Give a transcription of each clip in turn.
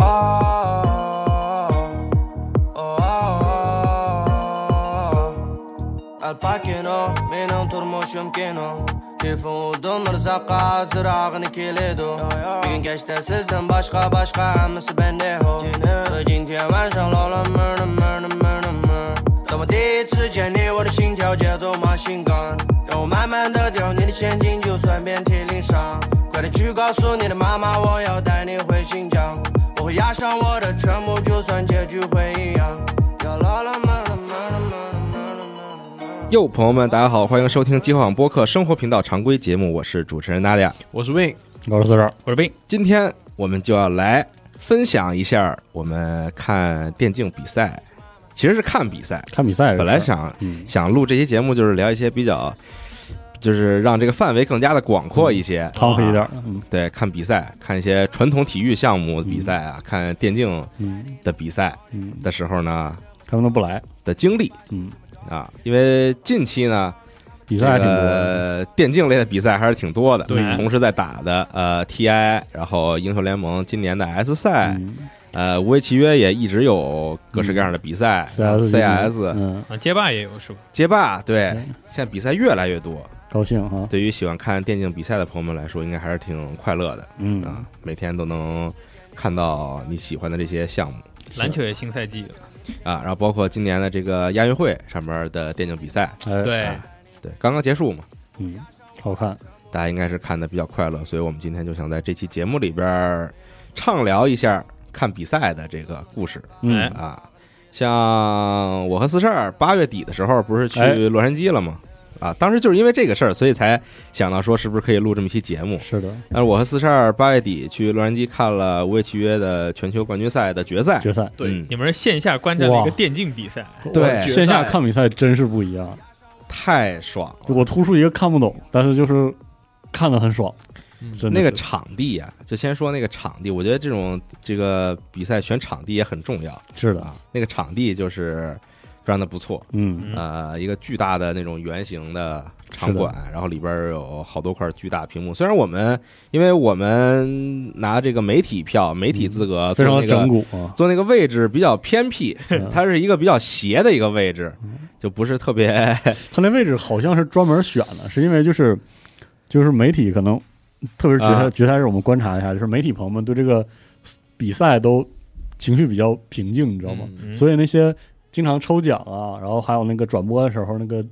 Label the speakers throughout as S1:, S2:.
S1: Oh, oh. motion kino Telefondan mirzaqqa hazır ağını keledi Bugün keçdə sizdən başqa başqa hamısı bəndə ho Soy jin tian wan shang lao lan mer lan mer lan mer lan mer 等我第一次见你，我的心跳节奏马心刚，让我慢慢的掉你的陷阱，就算遍体鳞伤。快点去告诉你的妈妈，我要带你回新疆，我会押上我的全部，就算结局会一样。呀啦啦嘛啦嘛啦嘛啦嘛啦嘛啦嘛
S2: 哟，朋友们，大家好，欢迎收听机晃播客生活频道常规节目，我是主持人娜俩。
S3: 我是 Win，
S4: 我是四十二，
S3: 我是 Win，
S2: 今天我们就要来分享一下我们看电竞比赛，其实是看比赛。
S4: 看比赛是吧
S2: 本来想
S4: 嗯
S2: 想录这期节目，就是聊一些比较，就是让这个范围更加的广阔一些。啊
S4: 趟回一点，嗯
S2: 对，看比赛，看一些传统体育项目的比赛啊，看电竞
S4: 嗯
S2: 的比赛
S4: 嗯，
S2: 的时候呢
S4: 他们都不来，
S2: 的经历
S4: 嗯，
S2: 啊，因为近期呢，
S4: 比赛还挺多的，
S2: 呃，电竞类的比赛还是挺多的，
S3: 对
S2: 同时在打的呃 TI，然后英雄联盟今年的 S 赛，
S4: 嗯
S2: 呃，无畏契约也一直有各式各样的比赛、
S4: ，CS
S2: CS、
S4: 嗯，
S3: 啊，街霸也有是吧？
S2: 街霸，对，
S4: 对
S2: 现在比赛越来越多，
S4: 高兴哈，
S2: 对于喜欢看电竞比赛的朋友们来说，应该还是挺快乐的啊
S4: 嗯，，
S2: 每天都能看到你喜欢的这些项目
S3: 篮球也新赛季了，
S2: 啊，然后包括今年的这个亚运会上面的电竞比赛，
S4: 哎，
S3: 对
S2: 啊，对，刚刚结束嘛。
S4: 嗯，好看，
S2: 大家应该是看的比较快乐，所以我们今天就想在这期节目里边儿畅聊一下看比赛的这个故事
S3: 哎
S4: 嗯，
S2: 啊。像我和四十二八月底的时候不是去
S4: 哎
S2: 洛杉矶了吗？啊，当时就是因为这个事儿，所以才想到说是不是可以录这么一期节目。
S4: 是的，
S2: 但是我和四十二八月底去洛杉矶看了无畏契约的全球冠军赛的决赛，
S4: 决赛，
S2: 对嗯
S3: 你们是线下观战的一个
S4: 哇
S3: 电竞比赛，
S2: 对
S4: 哇线下看比赛真是不一样，
S2: 太爽了！
S4: 我突出一个看不懂，但是就是看的很爽，
S3: 嗯
S4: 真的
S2: 那
S4: 是
S2: 个场地呀、就先说那个场地，我觉得这种这个比赛选场地也很重要。
S4: 是的，
S2: 啊，那个场地就是非常的不错，
S4: 嗯，
S5: 啊
S3: 嗯
S2: 呃，一个巨大的那种圆形的场
S4: 是的
S2: 馆，然后里边儿有好多块巨大屏幕。虽然我们因为我们拿这个媒体票、媒体资格
S4: 嗯非
S2: 坐那
S4: 常
S2: 个
S4: 整 蛊啊，
S2: 坐那个位置比较偏僻，
S4: 嗯
S2: 它是一个比较斜的一个位置，就不是 特别
S4: 他那位置好像是专门选的，是因为就是就是媒体可能，特别是决赛、
S2: 啊
S4: 决赛日，我们观察一下，就是媒体朋友们对这个比赛都情绪比较平静，你知道吗？
S3: 嗯
S4: 所以那些经常抽奖啊，然后还有那个转播的时候，那个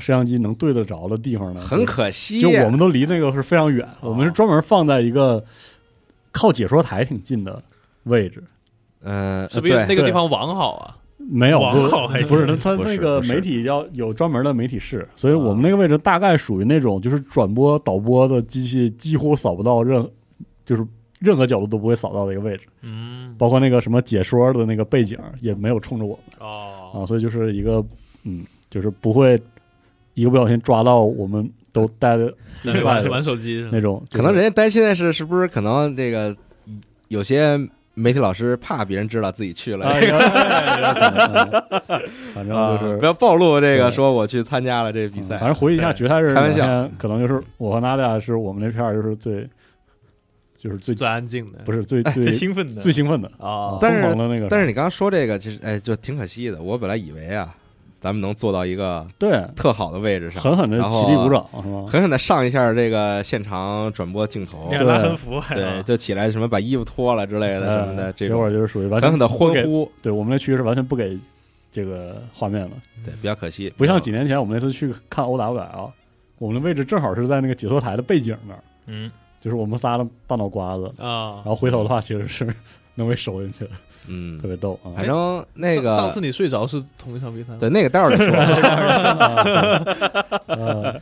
S4: 摄像机能对得着的地方呢，
S2: 很可啊惜。
S4: 就我们都离那个是非常远，我们是专门放在一个靠解说台挺近的位置。
S2: 嗯，
S5: 是
S2: 呃
S5: 不是那
S2: 对
S5: 个地方网好啊？
S4: 没有，
S3: 网
S4: 不是
S3: 好还行
S4: 不是，那他
S2: 不是
S4: 那个
S2: 不是啊
S4: 媒体要有专门的媒体室，所以我们那个位置大概属于那种就是转播导播的机器几乎扫不到任，就是任何角度都不会扫到的一个位置，
S3: 嗯
S4: 包括那个什么解说的那个背景也没有冲着我们
S3: 哦，
S4: 啊，所以就是一个嗯，就是不会一个不小心抓到我们都待的比
S5: 在
S4: 赛
S5: 玩
S4: 的
S5: 玩手机是
S3: 嗯
S5: 吧，
S4: 那种，
S2: 可能人家担心的是，是不是可能这个有些媒体老师怕别人知道自己去了，
S4: 哎呀哎呀可能嗯反正就是
S2: 啊不要暴露这个，
S4: 对
S2: 说我去参加了这个比赛。
S4: 嗯反正回忆一下
S3: 对
S4: 决赛日
S2: 开玩
S4: 那
S2: 笑
S4: 天，可能就是我和娜俩是我们那片儿就是最，就是最
S5: 最安静的，
S4: 不是最
S3: 最
S4: 最
S3: 兴奋的，哦
S4: 最兴奋的，
S5: 啊，
S2: 但是
S4: 疯狂的那个。
S2: 但是你刚刚说这个，其实哎，就挺可惜的。我本来以为啊，咱们能坐到一个
S4: 对，
S2: 特好的位置上，
S4: 狠狠的
S2: 然后
S4: 起立鼓掌是吗？
S2: 狠狠的上一下这个现场转播镜头
S3: 那，个拉横幅，
S2: 对，就起来什么把衣服脱了之类的什么的，
S4: 哎
S2: 这
S4: 结果
S2: 种
S4: 就是属于完
S2: 狠
S4: 全
S2: 狠的
S4: 不
S2: 欢
S4: 给，
S2: 呼，
S4: 对我们那区是完全不给这个画面的，
S2: 对，比较可惜。
S4: 不像几年前我们那次去看 O W 啊，我们的位置正好是在那个解说台的背景那儿，
S3: 嗯，
S4: 就是我们仨的大脑瓜子，
S5: 啊
S4: 然。后回头的话其实是 能被收进去的，
S2: 嗯
S4: 特，别逗啊。
S2: 反正那
S5: 上上
S2: 个
S5: 次你睡着是同一场比赛吗，
S2: 对那个待会儿再 说。
S4: 呃，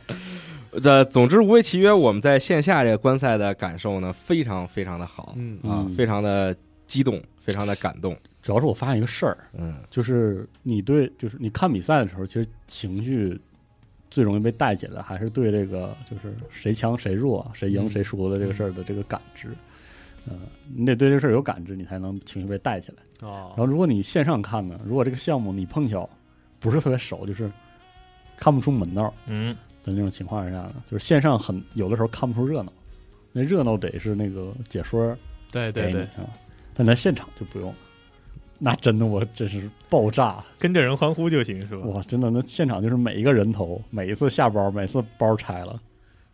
S2: 呃，总之《无畏契约》我们在线下这个观赛的感受呢，非常非常的好
S5: 嗯，
S2: 啊，
S4: 嗯
S2: 非常的激动，非常的感动。
S4: 主要是我发现一个事儿，
S2: 嗯，
S4: 就是你对，就是你看比赛的时候，其实情绪最容易被带起来，还是对这个就是谁强谁弱啊、谁赢
S5: 嗯
S4: 谁输的这个事儿的这个感知。嗯、你得对这个事儿有感知，你才能情绪被带起来。
S3: 嗯
S5: 哦
S4: 然，后，如果你线上看呢，如果这个项目你碰巧不是特别熟，就是看不出门道
S3: 嗯，
S4: 的那种情况下呢，就是线上很有的时候看不出热闹，那热闹得是那个解说
S5: 对
S4: 给
S5: 对
S4: 你
S5: 对，
S4: 啊，但咱现场就不用。那真的我真是爆炸啊
S3: 跟着人欢呼就行，是吧？
S4: 哇！真的，那现场就是每一个人头，每一次下包，每次包拆了，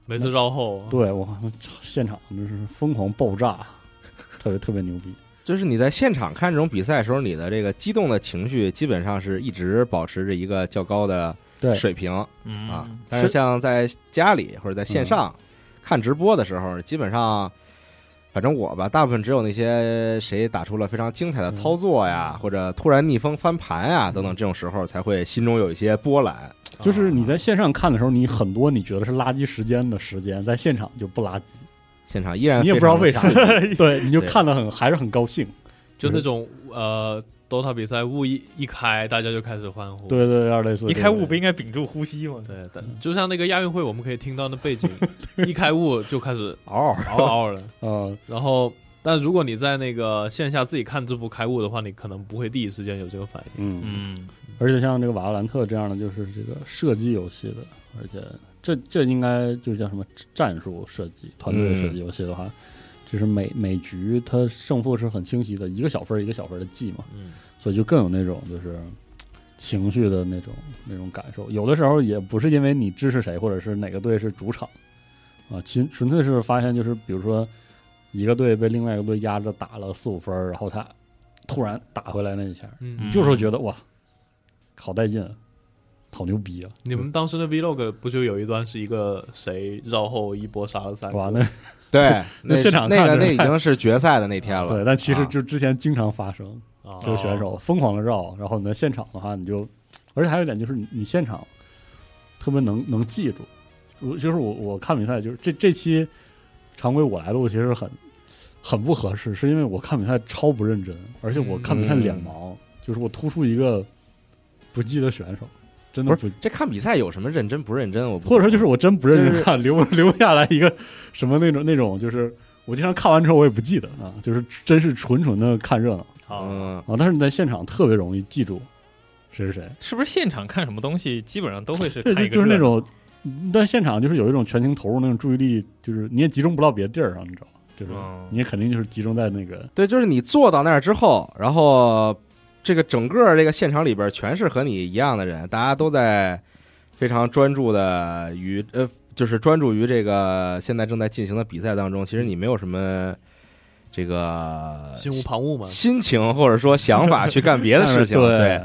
S5: 每次绕后啊，
S4: 对我靠那现场就是疯狂爆炸，特别特别牛逼。
S2: 就是你在现场看这种比赛的时候，你的这个激动的情绪基本上是一直保持着一个较高的
S4: 对，
S2: 水平
S3: 嗯
S2: 啊。但是像在家里或者在
S4: 嗯
S2: 线上看直播的时候，基本上，反正我吧，大部分只有那些谁打出了非常精彩
S4: 嗯
S2: 的操作呀，或者突然逆风翻盘呀等等这种时候，才会心中有一些波澜。
S6: 啊
S5: 啊
S4: 就是你在线上看的时候，你很多你觉得是垃圾时间的时间，在现场就不垃圾，
S2: 现场依然
S4: 你也不知道为
S2: 啊非
S4: 啥
S2: 常刺激，
S4: 对，你就
S2: 对
S4: 看得很还是很高兴。
S5: 就那种呃，DOTA 比赛雾一一开，大家就开始欢呼。
S4: 对对，有点类似
S3: 一
S4: 这
S3: 开
S4: 种
S3: 悟不应该屏住呼吸吗？
S5: 对，但就像那个亚运会，我们可以听到那背景，一开雾就开始
S4: 嗷
S5: 嗷嗷的。
S4: 呃，
S5: 然后，但如果你在那个线下自己看这部开雾的话，你可能不会第一时间有这个反应。
S4: 嗯
S3: 嗯，
S4: 而且像这个《瓦罗兰特》这样的，就是这个射击游戏的，而且这这应该就是叫什么战术射击、团队射击游戏的话，就是每每局它胜负是很清晰的，一个小分儿一个小分儿的记嘛，
S5: 嗯，
S4: 所以就更有那种就是嘖情绪的那种那种感受。有的时候也不是因为你支持谁，或者是哪个队是主场啊，纯纯粹是发现就是比如说一个队被另外一个队压着打了四五分儿，然后他突然打回来那一下，
S5: 嗯，
S4: 就是觉得哇，好带劲，好牛逼啊！
S5: 你们当时的 Vlog 不就有一段是一个谁绕后一波杀了三
S4: 哇，
S5: 个？
S4: 那
S2: 对，那
S4: 现场
S2: 那个
S4: 看着
S2: 那已经是决赛的那天了。
S4: 对，但其实
S2: 啊哦
S4: 就之前经常发生，
S5: 啊
S4: 这个选手疯狂的绕，然后你在现场的话，你就，而且还有一点就是你你现场特别能能记住，我就是我我看比赛就是这这期常规我来录其实很很不合适，是因为我看比赛超不认真，而且我看比赛
S2: 嗯
S4: 脸盲，就是我突出一个不记得选手，真的
S2: 不
S4: 不
S2: 是这看比赛有什么认真不认真？我不
S4: 或者说就是我真不认
S2: 就
S4: 真
S2: 是
S4: 看，留 留下来一个什么那种那种，就是我经常看完之后我也不记得啊，就是真是纯纯的看热闹
S3: 好，
S2: 嗯，
S4: 啊。但是你在现场特别容易记住谁是谁，
S3: 是不是现场看什么东西，基本上都会是
S4: 对，
S3: 看
S4: 就
S3: 一个
S4: 就是那
S3: 热闹
S4: 种，但现场就是有一种全情投入那种注意力，就是你也集中不到别的地儿上，啊你知道吗？就是
S3: 嗯
S4: 你也肯定就是集中在那个
S2: 对，就是你坐到那儿之后，然后这个整个这个现场里边全是和你一样的人，大家都在非常专注的于呃，就是专注于这个现在正在进行的比赛当中。其实你没有什么这个
S4: 嗯
S5: 心无旁骛嘛。
S2: 心情或者说想法去干别的事情，啊
S4: 对
S2: 对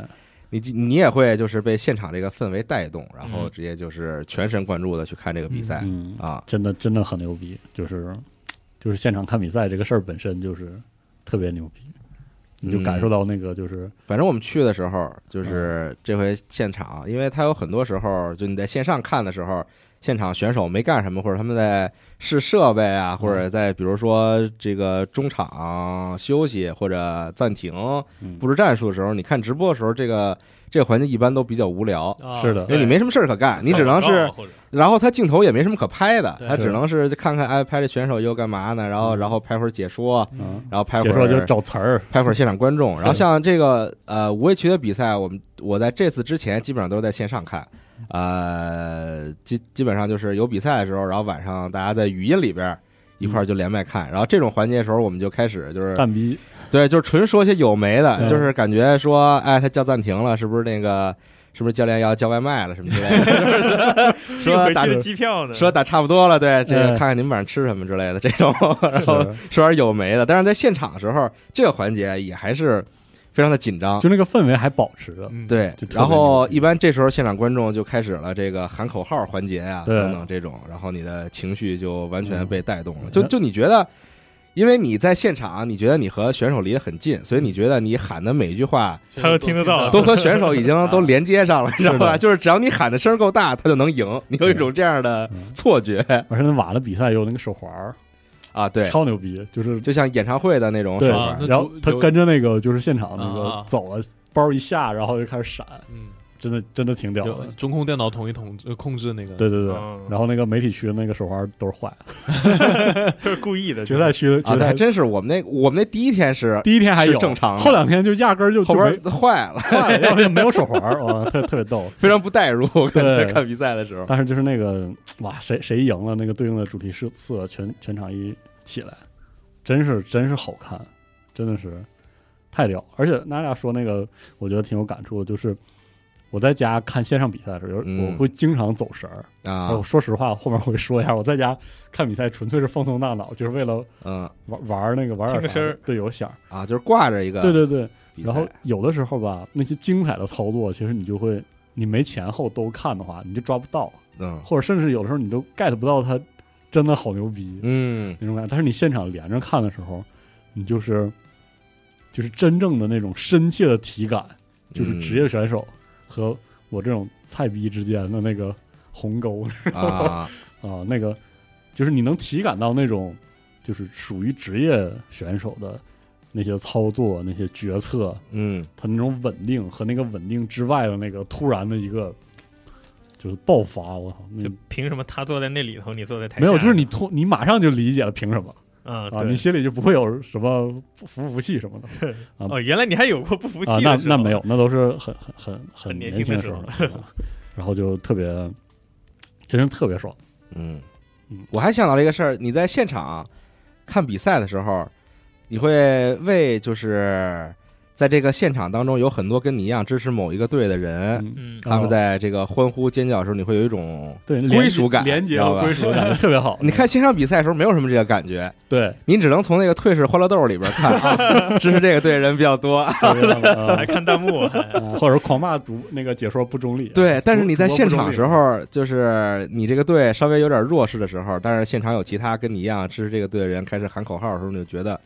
S2: 你你也会就是被现场这个氛围带动，然后
S3: 嗯
S2: 直接就是全神贯注的去看这个比赛、
S4: 嗯
S2: 啊。
S4: 真的真的很牛逼，就是就是现场看比赛这个事儿本身就是特别牛逼，你就
S2: 嗯
S4: 感受到那个就是
S2: 反正我们去的时候，
S4: 嗯
S2: 就是这回现场，因为他有很多时候，就你在线上看的时候，现场选手没干什么，或者他们在试设备
S4: 嗯
S2: 啊，或者在比如说这个中场休息或者暂停
S4: 嗯
S2: 布置战术的时候，你看直播的时候，这个这个环境一般都比较无聊，
S5: 啊
S4: 是的
S2: 因为你没什么事儿可干，你只能是，
S3: 啊 或者
S2: 然后他镜头也没什么可拍的，
S5: 对
S2: 他只
S4: 是
S2: 能是看看哎拍这选手又干嘛呢，然后然后拍会儿解说，
S4: 嗯，
S2: 然后拍会
S4: 解
S2: 儿
S4: 说就找词儿，
S2: 拍会儿现场观众。然后像这个呃五位区的比赛，我们我在这次之前基本上都是在线上看，
S4: 嗯
S2: 呃，基基本上就是有比赛的时候，然后晚上大家在语音里边儿一
S4: 嗯
S2: 块儿就连麦看。然后这种环节的时候，我们就开始就是
S4: 蛋逼，
S2: 对，就是纯说些有没的，
S4: 啊嗯
S2: 就是感觉说，哎，他叫暂停了，是不是那个？是不是教练要叫外卖了什么之类的？
S3: 订
S2: 说
S3: 回
S2: 打
S3: 去的机票呢？
S2: 说打差不多了，对，这个
S4: 嗯
S2: 看看你们晚上吃什么之类的这种， 然后
S4: 是
S2: 说点有没的。但是在现场的时候，这个环节也还是非常的紧张。
S4: 就那个氛围还保持着，
S5: 嗯，
S2: 对
S4: 就，特别
S2: 然后
S4: 牛逼
S2: 一般这时候现场观众就开始了这个喊口号环节啊，
S4: 对
S2: 等等这种，然后你的情绪就完全被带动了。
S4: 嗯
S2: 就就你觉得，因为你在现场，你觉得你和选手离得很近，所以你觉得你喊的每一句话
S3: 他都听得到
S2: 都和选手已经 都连接上了，你知道
S4: 啊是
S2: 吧？
S4: 的
S2: 就是只要你喊的声够大，他就能赢。你有一种这样的
S4: 嗯
S2: 错觉
S4: 而且那瓦的比赛有那个手环儿，
S2: 啊，对，
S4: 超牛逼，就是
S2: 就像演唱会的那种手
S4: 对，
S2: 法
S5: 啊。那
S4: 然后
S5: 主
S4: 他
S5: 有
S4: 跟着那个就是现场那
S5: 啊啊
S4: 个走了，包一下，然后就开始闪，
S5: 嗯，
S4: 真的真的挺屌
S5: 就
S4: 的，
S5: 中控电脑统一统治控制那个。
S4: 对对对。
S3: 嗯
S4: 然后那个媒体区的那个手环都是坏的，
S3: 就是故意
S6: 嗯
S3: 的，
S4: 决赛区的
S2: 啊，
S4: 决
S2: 那还
S4: 赛
S2: 真是我们那我们那第一天是
S4: 第一天还有啊
S2: 是正常的
S4: 后两天就压根儿就
S2: 后
S4: 就没
S2: 边坏了，
S4: 换了，要不就没有手环儿，哇，特特别逗。
S2: 非常不代入。我感觉
S4: 对
S2: 看比赛的时候，
S4: 但是就是那个哇，谁谁赢了，那个对应的主题是色全全场一起来，真是真是好看，真的是太屌。而且娜娜说那个，我觉得挺有感触的，就是我在家看线上比赛的时候，有
S2: 嗯
S4: 我会经常走神儿。然
S2: 啊
S4: 后，说实话，后面会说一下，我在家看比赛纯粹是放松大脑，就是为了
S2: 嗯
S4: 玩玩那个玩点
S3: 听个
S4: 啥
S3: 声儿
S4: 对，有响儿。
S2: 啊，就是挂着一个
S4: 对对对，
S2: 比赛，
S4: 然后有的时候吧，那些精彩的操作，其实你就会，你没前后都看的话，你就抓不到，
S2: 嗯
S4: 或者甚至有的时候你都 get 不到他真的好牛逼
S2: 嗯
S4: 那种感觉。但是你现场连着看的时候，你就是就是真正的那种深切的体感，就是职业选手和我这种菜逼之间的那个鸿沟
S2: 啊，
S4: 啊，那个就是你能体感到那种就是属于职业选手的那些操作、那些决策，
S2: 嗯
S4: 他那种稳定和那个稳定之外的那个突然的一个就是爆发，我操，那
S3: 就凭什么他坐在那里头，你坐在台下？
S4: 没有，就是你突你马上就理解了凭什么
S3: 啊，
S4: 啊，
S3: 对
S4: 你心里就不会有什么不服不服气什么的
S3: 哦，原来你还有过不服气
S4: 啊，
S3: 的
S4: 那
S3: 时候
S4: 那没有，那都是很很很
S3: 很
S4: 年
S3: 年轻的时
S4: 的时
S3: 候
S4: 候啊然后就特别真是特别爽，
S2: 嗯
S4: 嗯，
S2: 我还想到了一个事儿，你在现场看比赛的时候，你会为就是在这个现场当中有很多跟你一样支持某一个队的人，
S4: 嗯，哦
S3: 嗯，
S2: 他们在这个欢呼尖叫的时候，你会有一种
S4: 对
S2: 归属感
S4: 连
S2: 知
S4: 接
S2: 道
S4: 和
S2: 吧
S4: 归属感特别好， 嗯
S2: 你看线上比赛的时候没有什么这个感觉，
S4: 对，
S2: 你只能从那个退市欢乐豆里边看啊，支持这个队的人比较多。
S4: 特别啊
S3: 还看弹幕，还
S4: 啊或者狂骂主那个解说不中立，啊
S2: 对，但是
S4: 主
S2: 你在
S4: 主播
S2: 现
S4: 不中
S2: 场
S4: 立
S2: 时候，就是你这个队稍微有点弱势的时候，但是现场有其他跟你一样支持这个队的人开始喊口号的时候，你就觉得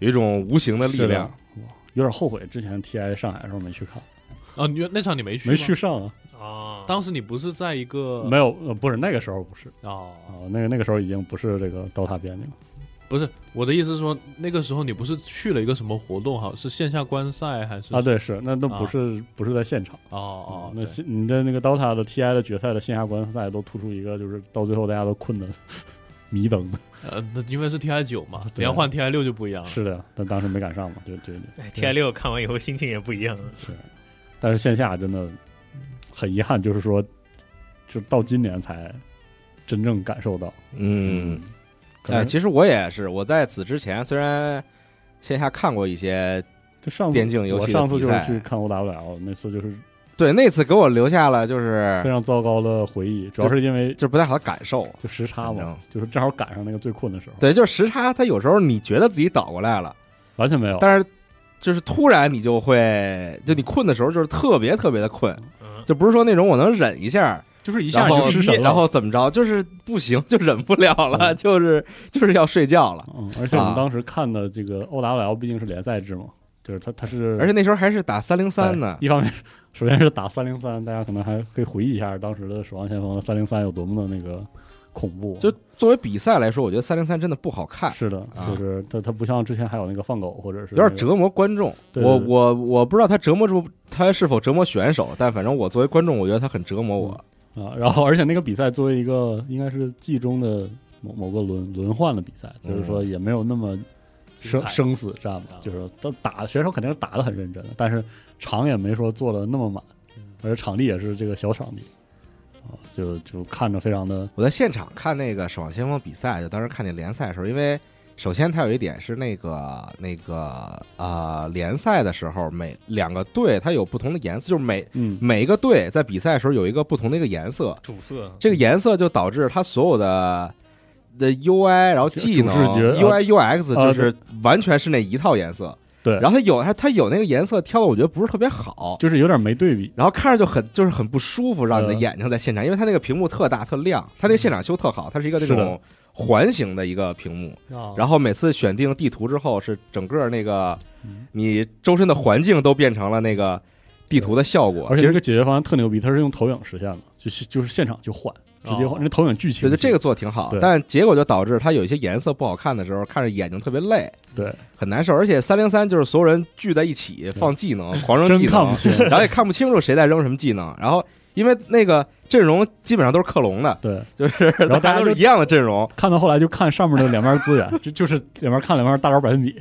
S2: 有一种无形的力
S4: 嗯是
S2: 量。嗯
S4: 哇有点后悔之前 TI 上海的时候没去看，
S5: 哦，你那场你没去吗？
S4: 没去上啊，
S3: 啊，
S5: 当时你不是在
S3: 嗯
S5: 一个
S4: 没有，呃不是那个时候不是啊
S5: 哦，，
S4: 那个那个时候已经不是这个刀塔编辑了，
S5: 不是我的意思是说，那个时候你不是去了一个什么活动哈？是线下观赛还是
S4: 啊，？对，是那都不
S5: 啊
S4: 是、不是在现场啊
S5: 哦哦，
S4: 嗯那
S5: 对
S4: 线你的那个刀塔的 TI 的决赛的线下观赛都突出一个就是到最后大家都困的 迷瞪的，
S5: 呃，那因为是 TI 九嘛，
S4: 啊对
S5: 你要换 TI 六就不一样 了。
S4: 是的，但当时没赶上嘛，就就
S3: 哎 T I 六看完以后心情也不一样了，
S4: 是，但是线下真的很遗憾，就是说就到今年才真正感受到，
S2: 嗯，
S4: 可
S2: 哎、
S4: 能
S2: 其实我也是，我在此之前虽然线下看过一些，
S4: 就上次
S2: 电竞游戏
S4: 我
S2: 的
S4: 上次
S2: 比
S4: 就是
S2: 赛
S4: 去看 OWL 那次就是
S2: 对那次给我留下了就是
S4: 非常糟糕的回忆，主要是因为
S2: 哎就是不太好的感受。
S4: 就时差
S2: 反
S4: 嘛，就是正好赶上那个最困的时候，
S2: 对，就是时差，它有时候你觉得自己倒过来了，
S4: 完全没有。
S2: 但是就是突然你就会，就你困的时候就是特别特别的困，
S3: 嗯，
S2: 就不是说那种我能忍一下，
S4: 就是一
S2: 然后
S4: 失神了，
S2: 然后怎么着，就是不行， 就忍不了了，
S4: 嗯
S2: 就是就是要睡觉了。
S4: 嗯，而且我
S2: 啊
S4: 们当时看的这个 O W L 毕竟是联赛制嘛，就是它它是，
S2: 而且那时候还是打三零
S4: 哎
S2: 三呢，
S4: 一方面是首先是打三零三，大家可能还可以回忆一下当时的守望先锋的三零三有多么的那个恐怖，
S2: 就作为比赛来说，我觉得三零三真的不好看，
S4: 是的，
S2: 啊
S4: 就是它它不像之前还有那个放狗或者
S2: 有
S4: 是
S2: 点
S4: 那个
S2: 折磨观众。
S4: 对
S2: 我
S4: 对对
S2: 我我不知道他折磨住他是否折磨选手，但反正我作为观众，我觉得他很折磨我。
S4: 啊，然后而且那个比赛作为一个应该是季中的某某个轮轮换的比赛，就是说也没有那么嗯
S5: 精
S4: 生
S5: 彩
S4: 生死战嘛
S5: 啊，
S4: 就是说都打选手肯定是打的很认真的，但是场也没说做的那么满
S5: 嗯，
S4: 而且场地也是这个小场地啊，就就看着非常的
S2: 我在现场看那个《守望先锋》比赛，就当时看那联赛的时候，因为首先它有一点是那个那个呃联赛的时候，每两个队它有不同的颜色，就是每
S4: 嗯
S2: 每一个队在比赛的时候有一个不同的一个颜色，
S3: 主色
S2: 这个颜色就导致它所有的的 UI，然后技能
S4: 主视觉
S2: UI UX
S4: 啊
S2: 就是完全是那一套颜色。
S4: 对
S2: 然后它有它它有那个颜色挑的，我觉得不是特别好，
S4: 就是有点没对比，
S2: 然后看着就很就是很不舒服，让你的
S4: 呃
S2: 眼睛在现场，因为它那个屏幕特大特亮，它那个现场修特好，它是一个那
S4: 是
S2: 种
S4: 的
S2: 环形的一个屏幕，
S5: 哦
S2: 然后每次选定地图之后，是整个那个
S4: 嗯
S2: 你周身的环境都变成了那个地图的效果，
S4: 而
S2: 其
S4: 且这
S2: 实
S4: 个解决方案特牛逼，它是用投影实现的，就是就是现场就换，直接换，那投影剧情
S2: 对对，这个做的挺好
S4: 对，
S2: 但结果就导致它有一些颜色不好看的时候，看着眼睛特别累，
S4: 对
S2: 很难受。而且三零三就是所有人聚在一起放技能，狂扔技
S4: 真看
S2: 能
S4: 不，清，
S2: 然后也看不清楚谁在扔什么技能。然后因为那个阵容基本上都是克隆 的，
S4: 对，
S2: 就是
S4: 然后
S2: 大
S4: 大
S2: 家
S4: 家
S2: 都是
S4: 就
S2: 一样的阵容，
S4: 看到后来就看上面的两面资源，就就是两边看两面大招百分比，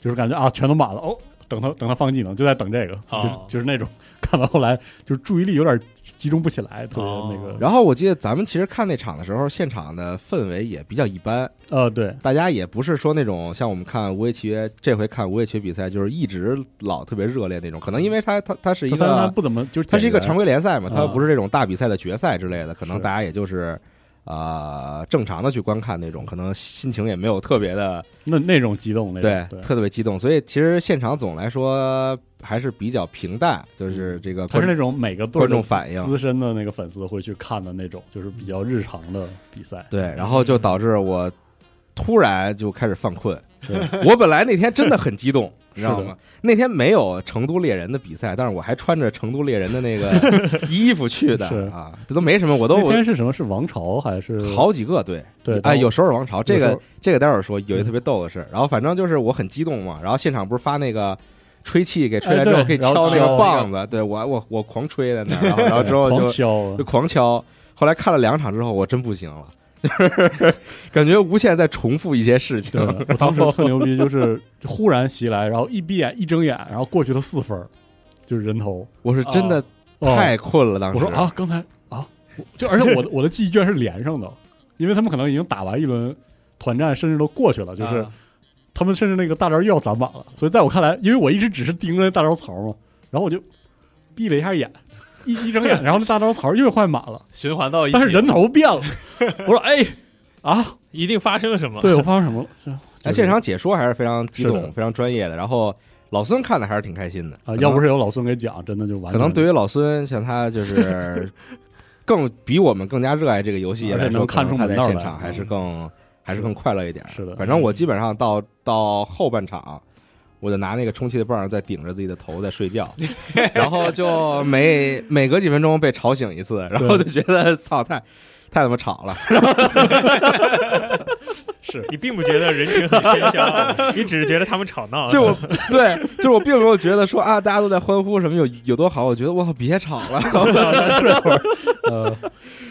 S4: 就是感觉啊全都满了哦，等他等他放技能，就在等这个，
S5: 哦
S4: 就就是那种看到后来就是注意力有点集中不起来，特别
S5: 哦
S4: 那个，
S2: 然后我记得咱们其实看那场的时候，现场的氛围也比较一般，
S4: 呃，对，
S2: 大家也不是说那种像我们看《无畏契约》，这回看《无畏契约》比赛就是一直老特别热烈那种，可能因为它它它是一
S4: 他三三
S2: 个
S4: 三不怎么就是
S2: 它是一个
S4: 简单
S2: 常规联赛嘛，它
S4: 啊
S2: 不是这种大比赛的决赛之类的，可能
S4: 是
S2: 大家也就是呃正常的去观看那种，可能心情也没有特别的
S4: 那那种激动那
S2: 对
S4: 种，嗯对，
S2: 特别激动，所以其实现场总来说还是比较平淡，就是这个
S4: 他
S2: 观
S4: 是那种每个队
S2: 观
S4: 儿
S2: 众
S4: 的
S2: 反应
S4: 资深的那个粉丝会去看的那种，就是比较日常的比赛。
S2: 对，然后
S4: 嗯
S2: 就导致我突然就开始犯困。
S4: 对，
S2: 我本来那天真的很激 动，你知道
S4: 是
S2: 吗
S4: 的？
S2: 那天没有成都猎人的比赛，但是我还穿着成都猎人的那 个衣服去的
S4: 是
S2: 啊，这都没什么，我
S4: 那
S2: 都
S4: 天是什么？是王朝还是？
S2: 好几个队，
S4: 对
S2: 哎，
S4: 都
S2: 有首尔王朝，这
S4: 有嗯
S2: 个
S4: 首尔
S2: 这个待会儿说，有一特别逗的事，然后反正就是我很激动嘛，然后现场不是发那个。吹气给吹来
S4: 哎
S2: 之后
S4: 对
S2: 可以敲
S4: 然后
S2: 那个
S4: 敲
S2: 棒子，对我我我狂吹在那 儿，然后然后之后就
S4: 狂敲啊
S2: 就狂敲。后来看了两场之后，我真不行了， 就是感觉无限在重复一些事 情
S4: 对，。 我当时特牛逼，就是忽然袭来，然后一闭眼一睁眼，然后过去了四分儿，就是人头。
S2: 我是真的
S4: 哦
S2: 太困了，当时
S4: 我说啊，刚才啊，我就而且我的我的记忆居然是连上的，因为他们可能已经打完一轮团战，甚至都过去了，就是
S5: 啊
S4: 他们甚至那个大招又要攒满了，所以在我看来，因为我一直只是盯着那大招槽嘛，然后我就闭了一下眼，一一睁眼，然后那大招槽又快满了，
S5: 循环到一起，
S4: 但是人头变了， 我说哎啊，
S3: 一定发生了什么？
S4: 对我发生什么了？是啊
S2: 哎，现场解说还是非常激
S4: 是
S2: 动、
S4: 的
S2: 非常专业的。然后老孙看的还是挺开心的
S4: 啊，要不
S2: 是
S4: 是有老孙给讲，真的就完
S2: 可能对于老孙，像他就是 更比我们更加热爱这个游戏
S4: 而且
S2: 来说，
S4: 能看
S2: 可能
S4: 出
S2: 他
S4: 门
S2: 在
S4: 道
S2: 现
S4: 来
S2: 场还是
S4: 嗯
S2: 更还是更快乐一点。
S4: 是的嗯
S2: 反正我基本上到到后半场。我就拿那个充气的棒在顶着自己的头在睡觉， 然后就每每隔几分钟被吵醒一次，然后就觉得操太太他妈吵了，
S3: 你并不觉得人群很喧嚣，啊你只是觉得他们吵 闹。啊
S2: 就我对，就是我并没有觉得说啊，大家都在欢呼什么有有多好，我觉得我操别吵 了。
S4: 呃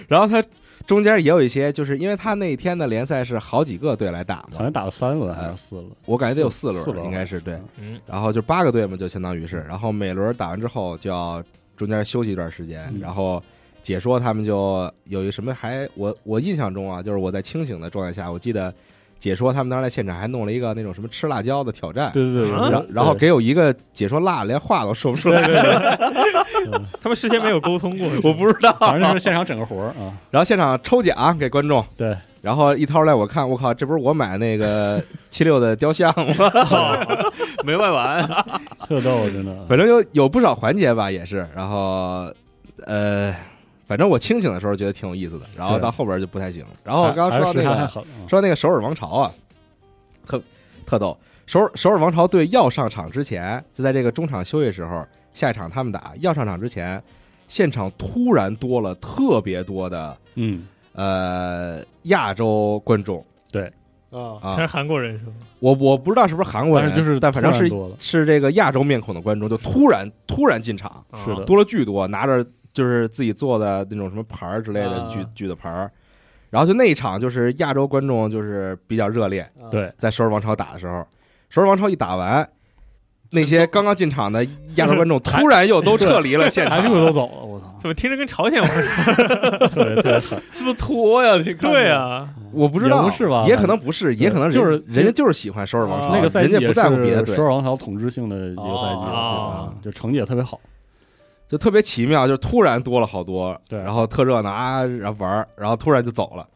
S2: 然后他中间也有一些，就是因为他那天的联赛是好几个队来打
S4: 好
S2: 嘛，
S4: 像打了三轮还是四轮，
S2: 我感觉得有
S4: 哎四
S2: 四轮，
S4: 四轮
S2: 应该是对。
S3: 嗯，
S2: 然后就八个队嘛，就相当于是，然后每轮打完之后就要中间休息一段时间，
S4: 嗯
S2: 然后解说他们就有一什么还我我印象中啊，就是我在清醒的状态下，我记得解说他们当时在现场还弄了一个那种什么吃辣椒的挑战。
S4: 对嗯对对，
S3: 啊
S2: 然然后给有一个解说辣，连话都说不出来，
S3: 他们事先没有沟通过，
S2: 我不知道。
S4: 反正就是现场整个活儿啊，
S2: 然后现场抽奖给观众，
S4: 对，
S2: 然后一掏出来我看，我靠，这不是我买那个 七六的雕像吗？
S5: 没 卖完，
S4: 特逗，真 的。
S2: 反正有有不少环节吧，也是。然后，呃，反正我清醒的时候觉得挺有意思的，然后
S4: 对
S2: 到后边就不太行。然后我刚刚说到那
S4: 还是时差太
S2: 个
S4: 狠了啊
S2: 说到那个首尔王朝啊，特特逗。首尔首尔王朝队要上场之前，就在这个中场休息时候，下一场他们打要上场之前，现场突然多了特别多的
S4: 嗯，
S2: 呃亚洲观众
S5: 啊，
S3: 全是
S2: 啊，
S3: 韩国人是吗？
S2: 我我不知道是不是韩国人，
S4: 但是就是
S2: 但反正
S4: 突然
S2: 是
S4: 多了
S2: 是这个亚洲面孔的观众就突然啊突然进场，
S4: 是
S3: 哦
S4: 的，
S2: 多了巨多，拿着就是自己做的那种什么牌儿之类的
S5: 啊
S2: 举举的牌儿，然后就那一场就是亚洲观众就是比较热烈，
S5: 啊
S4: 对
S2: 在首尔王朝打的时候，首尔王朝一打完。那些刚刚进场的亚洲观 众突然又都撤离了现
S4: 台
S2: 场，啊
S4: 柱都走了，我操，
S3: 怎么听着跟朝鲜玩儿？
S4: 特别特 别狠。
S5: 是不是拖呀？你看着
S3: 对，啊，
S2: 我不知道
S4: 也不是吧
S2: 也可能不是，也可能人
S4: 就是啊
S2: 人家就是喜欢首尔王朝，
S4: 那个赛季
S2: 啊人家不在乎别的
S4: 也
S2: 队
S4: 是首，尔王朝统治性的一个赛季，
S5: 哦
S4: 我记得啊就成绩也特别好。
S2: 就特别奇妙，就是突然多了好多，
S4: 对
S2: 然后特热闹啊，然后玩儿，然后突然就走了，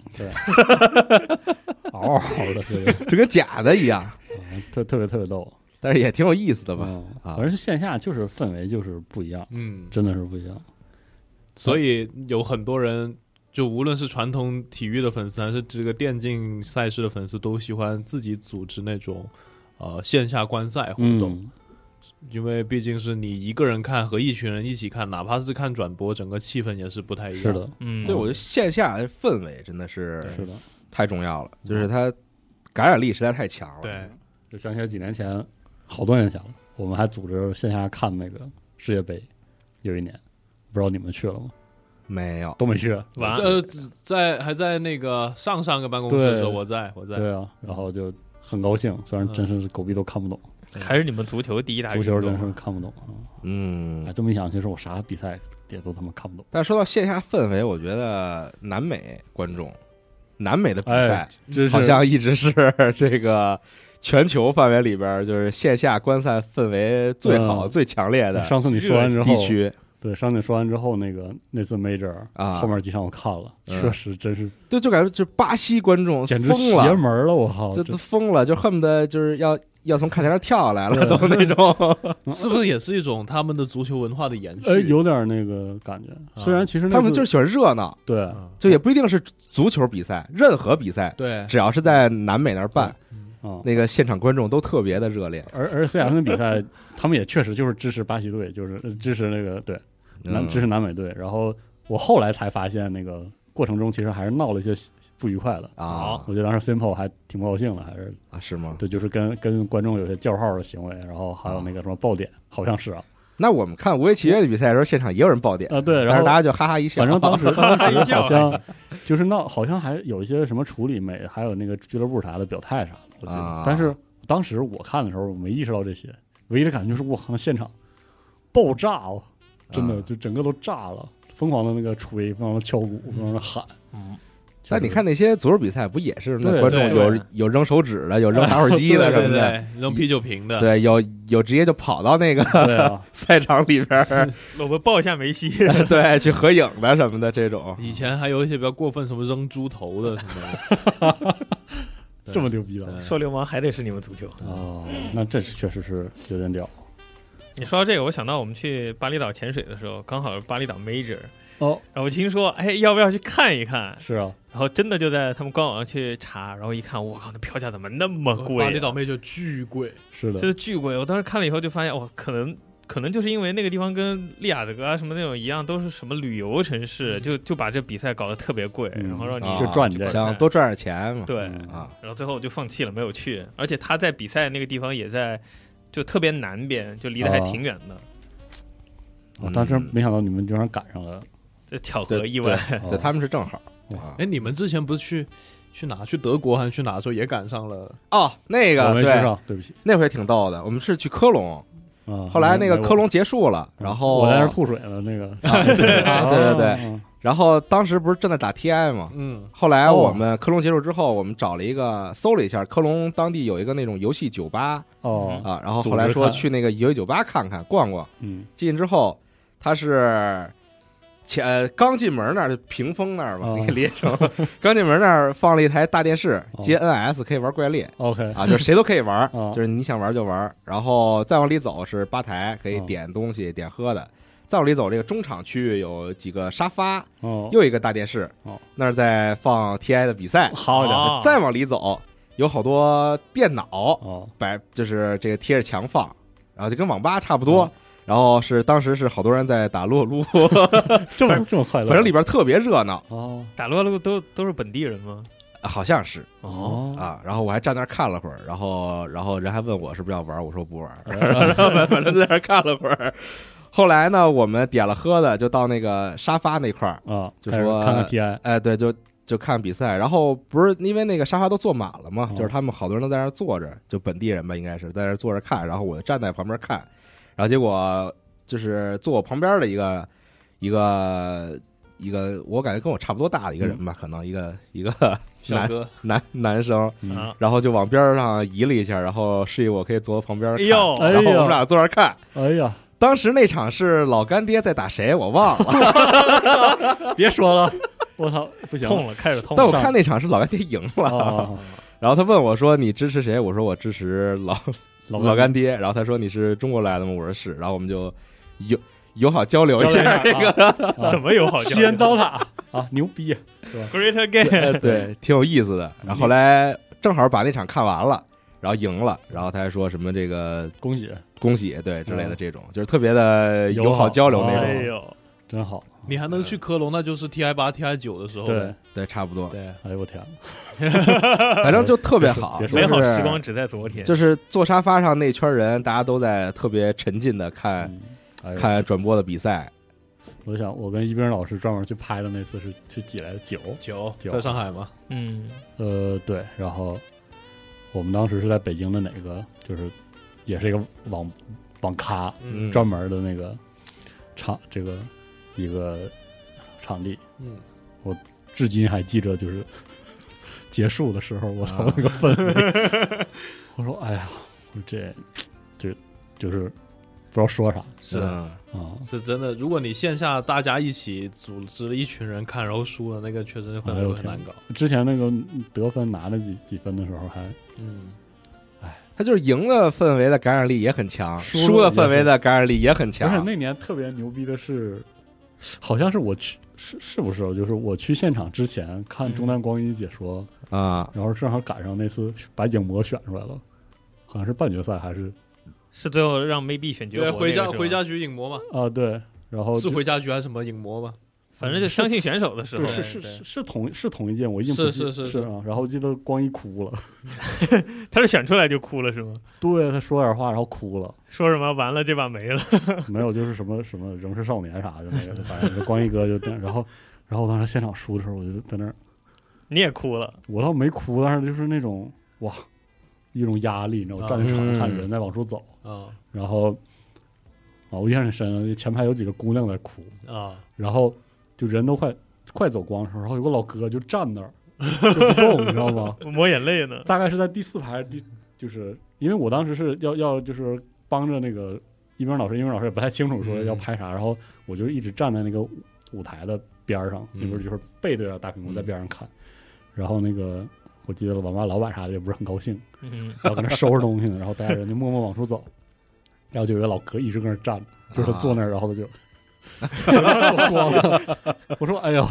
S4: 嗷嗷的，是的，
S2: 就跟假的一样，
S4: 特特别特别逗，
S2: 但是也挺有意思的吧？
S4: 嗯
S2: 啊
S4: 反正线下就是氛围就是不一样，
S5: 嗯，
S4: 真的是不一样。
S5: 所以有很多人，就无论是传统体育的粉丝，还是这个电竞赛事的粉丝，都喜欢自己组织那种呃线下观赛活动，
S4: 嗯，
S5: 因为毕竟是你一个人看和一群人一起看，哪怕是看转播，整个气氛也是不太一样。
S4: 是的，
S3: 嗯，
S2: 对，我觉得线下氛围真的是
S4: 是的。
S2: 太重要了，
S4: 嗯
S2: 就是它感染力实在太强了。
S5: 对，
S4: 就想起来几年前，好多年前了，我们还组织线下看那个世界杯，有一年，不知道你们去了吗？
S2: 没有，
S4: 都没去。
S3: 完
S5: 呃，只在还在那个上上个办公室的时候，
S4: 对
S5: 我在我在，
S4: 对啊，然后就很高兴，虽然真是狗逼都看不懂，
S6: 还是你们足球第一大
S4: 足球
S6: 运
S4: 真
S6: 动
S4: 是
S6: 啊。
S4: 看不懂啊！
S2: 嗯
S4: 哎，，这么一想，其实我啥比赛也都他妈看不懂。
S2: 但说到线下氛围，我觉得南美观众，南美的比
S4: 哎
S2: 赛，
S4: 真是
S2: 好像一直是这个全球范围里边儿，就是线下观赛氛围最好、
S4: 嗯
S2: 最强烈的
S4: 上次你说完之后
S2: 地，区。
S4: 对，上次你说完之后，那个那次 major
S2: 啊
S4: 后面几场我看了，
S2: 嗯
S4: 确实真是
S2: 对，就感觉就巴西观众
S4: 简直
S2: 疯
S4: 邪
S2: 了，
S4: 门儿了，我靠！
S2: 这
S4: 这
S2: 都疯了，就恨不得就是要要从看台上跳下来了，
S4: 对
S2: 都那种。
S5: 是不是也是一种他们的足球文化的延续？
S4: 哎，有点那个感觉。虽然其实 那
S2: 他们
S4: 次
S2: 就是喜欢热闹，
S4: 对，
S5: 嗯
S2: 就也不一定是足球比赛，任何比赛，
S5: 对，
S2: 只要是在南美那儿办，
S4: 啊，
S2: 那个现场观众都特别的热烈。
S4: 而而 CS 那比赛，他们也确实就是支持巴西队，就是呃支持那个对南
S2: 嗯
S4: 支持南美队。然后我后来才发现，那个过程中其实还是闹了一些不愉快的。
S2: 啊
S4: 我觉得当时 Simple 还挺不高兴的，还是
S2: 啊，是吗？
S4: 对，就是跟跟观众有些叫号的行为，然后还有那个什么爆点，好像是啊
S2: 那我们看《无畏契约》的比赛的时候，现场也有人爆点，
S4: 啊对，
S2: 但
S4: 然
S2: 是
S4: 后
S2: 大家就哈哈一笑。
S4: 反正当时当
S6: 一
S4: 时
S6: 笑
S4: 好
S2: 哎
S4: 像就是闹，好像还有一些什么处理美，还有那个俱乐部啥的表态啥的，我记
S2: 啊
S4: 得。但是当时我看的时候，我没意识到这些，唯一的感觉就是我靠，那现场爆炸哦，真的
S2: 啊
S4: 就整个都炸了，疯狂的那个吹，疯狂的敲鼓，疯狂的喊。
S6: 嗯，
S2: 但你看那些足球比赛，不也是那
S4: 对
S2: 观众
S5: 对
S2: 有
S5: 对
S2: 有扔手指的，有扔打火机的 什
S5: 对对
S2: 么的，
S5: 对，扔啤酒瓶的，
S2: 对，有有直接就跑到那 个
S4: 对啊，
S2: 赛场里 边儿，
S6: 我们抱一下梅西，
S2: 对，去合影的什么的这种。
S5: 以前还有一些比较过分，什么扔猪头的什么的。 对
S4: 这么牛逼的
S5: 对
S6: 说流氓还得是你们足球。
S4: 哦，那这是确实是有点 屌
S6: 你说到这个，我想到我们去巴厘岛潜水的时候，刚好是巴厘岛 Major，
S4: 哦，
S6: 然后我听说，哎，要不要去看一看？
S4: 是啊，
S6: 然后真的就在他们官网上去查，然后一看，我靠，那票价怎么那么
S4: 啊
S6: 贵、啊
S5: 巴厘岛妹就巨贵，
S4: 是的
S6: 真，的巨贵！我当时看了以后就发现，哦，可能可能就是因为那个地方跟利雅得啊什么那种一样，都是什么旅游城市，就就把这比赛搞得特别贵，
S4: 嗯
S6: 然后让你
S2: 啊
S4: 就赚你这
S6: 对
S4: 个
S2: 想多赚点钱嘛。
S6: 对，
S4: 嗯
S2: 啊，
S6: 然后最后我就放弃了，没有去。而且他在比赛那个地方也在，就特别南边，就离得还挺远的，
S4: 我哦当时
S2: 嗯
S4: 没想到你们居然赶 上了，
S6: 这巧合
S2: 对
S6: 意外。
S2: 对对，
S4: 哦
S2: 他们是正好。
S4: 对
S2: 啊
S5: 哎，你们之前不是去去哪？去德国还是去哪的时候也赶上了？
S2: 哦，那
S4: 我
S2: 个
S4: 没吃
S2: 对，
S4: 上，对不起
S2: 那回挺逗的。我们是去科隆，
S4: 啊。
S2: 后来那个
S4: 没嗯
S2: 科隆结束了，然后
S4: 我在那儿吐水了，那个啊，嗯对
S2: 啊对对对，然后当时不是正在打 TI 吗？
S5: 嗯，
S2: 后来
S4: 哦
S2: 我们科隆结束之后，我们找了一个搜了一下，科隆当地有一个那种游戏酒吧
S4: 哦，
S2: 啊，然后后来
S4: 组织
S2: 说
S4: 看
S2: 去那个游戏酒吧看看逛逛。
S4: 嗯，
S2: 进去之后，它是前呃刚进门那儿就屏风那儿吧，
S4: 哦
S2: 你可以理解成 刚进门那儿放了一台大电视，
S4: 哦
S2: 接 NS 可以玩怪猎
S4: OK，
S2: 啊，就是谁都可以玩
S4: 哦，
S2: 就是你想玩就玩。然后再往里走是吧台，可以
S4: 哦
S2: 点东西、点喝的。再往里走，这个中场区域有几个沙发，
S4: 哦，
S2: 又一个大电视
S4: 哦，
S2: 那儿在放 TI 的比赛。
S4: 好点，
S6: 哦
S2: 再往里走，有好多电脑
S4: 哦，
S2: 摆，就是这个贴着墙放，然后就跟网吧差不
S4: 哦
S2: 多。然后是当时是好多人在打撸啊撸，
S4: 这么这么快乐，
S2: 反正里边特别热闹，
S4: 哦
S6: 打撸啊撸都都是本地人吗？
S2: 好像是
S4: 哦，
S2: 啊。然后我还站那儿看了会儿，然后然后人还问我是不是要玩，我说不玩，
S4: 哎
S2: 反正在那儿看了会儿。后来呢，我们点了喝的，就到那个沙发那块儿，
S4: 啊，
S2: 就
S4: 开始
S2: 说
S4: 看看 TI，
S2: 哎，对，就就看比赛。然后不是因为那个沙发都坐满了嘛，
S5: 嗯
S4: 哦
S2: 就是他们好多人都在那儿坐着，就本地人吧，应该是在那儿坐着看。然后我就站在旁边看，然后结果就是坐我旁边的一个一个一个，我感觉跟我差不多大的一个人吧，可能一个一个
S5: 小
S2: 男
S5: 哥，
S2: 男男生，
S4: 嗯
S6: 啊，
S2: 然后就往边上移了一下，然后示意我可以坐他旁边
S6: 哎
S2: 看。
S6: 呦，
S4: 哎
S2: 然后我
S4: 呀
S2: 们俩坐那儿看，
S4: 哎呀，
S2: 当时那场是老干爹在打谁，我忘 了。
S4: 别说了，我操，不行，
S6: 痛了，开始痛
S2: 但
S6: 了
S2: 我。看那场是老干爹赢了，
S4: 啊，
S2: 然后他问我说：“你支持谁？”我说：“我支持老
S4: 老
S2: 老干爹。”然后他说：“你是中国来的吗？”我说：“是。”然后我们就友友好交流
S4: 交
S2: 一
S4: 代
S2: 下。
S4: 一下啊啊
S6: 怎么有好
S4: 西安刀塔啊，牛逼啊，
S6: ？Great again，
S2: 对，挺有意思的。然后后来正好把那场看完了，然后赢了，然后他还说什么这个
S4: 恭喜，
S2: 恭喜对之类的
S4: 嗯
S2: 这种，就是特别的
S4: 友
S2: 友好
S4: 好
S2: 交流那
S4: 对
S6: 哎
S2: 种。
S6: 呦，
S4: 真好，
S5: 你还能去科隆，那就是 T I 八、T I 九的时候
S4: 对
S5: 了。，
S2: 对，差不多，
S5: 对，
S4: 哎呦我天，
S2: 反正就特别好，
S4: 别说
S6: 美好
S2: 就是
S6: 时光。只在昨天。
S2: 就是坐沙发上那圈人，大家都在特别沉浸的看
S4: 嗯哎呦
S2: 看转播的比赛，
S4: 我想，我跟一冰老师专门去拍的那次是去挤来的酒，
S5: 九
S4: 九
S5: 在上海嘛，
S6: 嗯，
S4: 呃，对，然后我们当时是在北京的哪个，就是也是一个网网咖，
S5: 嗯
S4: 专门的那个场，这个一个场地，
S5: 嗯，
S4: 至今还记着，就是 结束的时候，我操
S2: 啊
S4: 那个氛围，我说哎呀，我这这就是不知道说啥
S5: 是的
S2: 嗯
S4: 啊，
S5: 是真的。如果你线下大家一起组织了一群人看，然后输了，那个确实氛
S4: 哎
S5: 围
S4: 呦
S5: 会
S4: 天
S5: 很难搞。
S4: 之前那个得分拿了几几分的时候还，
S5: 嗯，
S2: 他就是赢的氛围的感染力也很强，
S4: 输
S2: 输的
S4: 了也
S2: 氛围
S4: 很
S2: 的感染力也很
S4: 而且
S2: 强。
S4: 那年特别牛逼的是，好像是我去是是不是？就是我去现场之前看中南光一解说，
S2: 啊，
S4: 然后正好赶上那次把影魔选出来了，好像是半决赛还是
S6: 是最后让 maybe 选
S5: 对，
S6: 绝活
S5: 回
S6: 那
S5: 家
S6: 个是吧
S5: 回，家局影魔嘛，
S4: 啊对，然后
S5: 是
S4: 就
S5: 回家局还是什么影魔嘛？
S6: 反正就相信选手的时候
S4: 对，
S5: 对
S4: 是是是是同是同一届，我硬不
S5: 是
S4: 记
S5: 是是
S4: 是
S5: 是
S4: 啊。然后我记得光一哭了，
S6: 他是选出来就哭了是吗？
S4: 对他说点话，然后哭了，
S6: 说什么完了这把没了，
S4: 没有就是什么什么仍是少年啥的那个，反正就光一哥就这样。然后然后我当时现场输的时候，我就在那儿，
S6: 你也哭了，
S4: 我倒没哭，但是就是那种哇，一种压力，你知道，我站在场上看
S2: 嗯
S4: 人在往出走，
S5: 啊
S4: 然后啊，我印象很深，前排有几个姑娘在哭，
S5: 啊，
S4: 然后就人都快快走光的时候，然后有个老哥就站那儿就不动，你知道吗？
S6: 抹眼泪呢。
S4: 大概是在第四排第，就是因为我当时是要要就是帮着那个一鸣老师，一鸣老师也不太清楚说
S5: 嗯
S4: 要拍啥，然后我就一直站在那个舞台的边儿上，那
S5: 嗯
S4: 边就是背对着大屏幕在边上看，然后那个我记得网吧老板啥的也不是很高兴，
S6: 嗯，
S4: 然后搁那收拾东西呢，然后大家人就默默往出走，然后就有个老哥一直搁那站着，就是他坐那儿，然后他就
S5: 啊
S4: 走光了， 我说哎呦，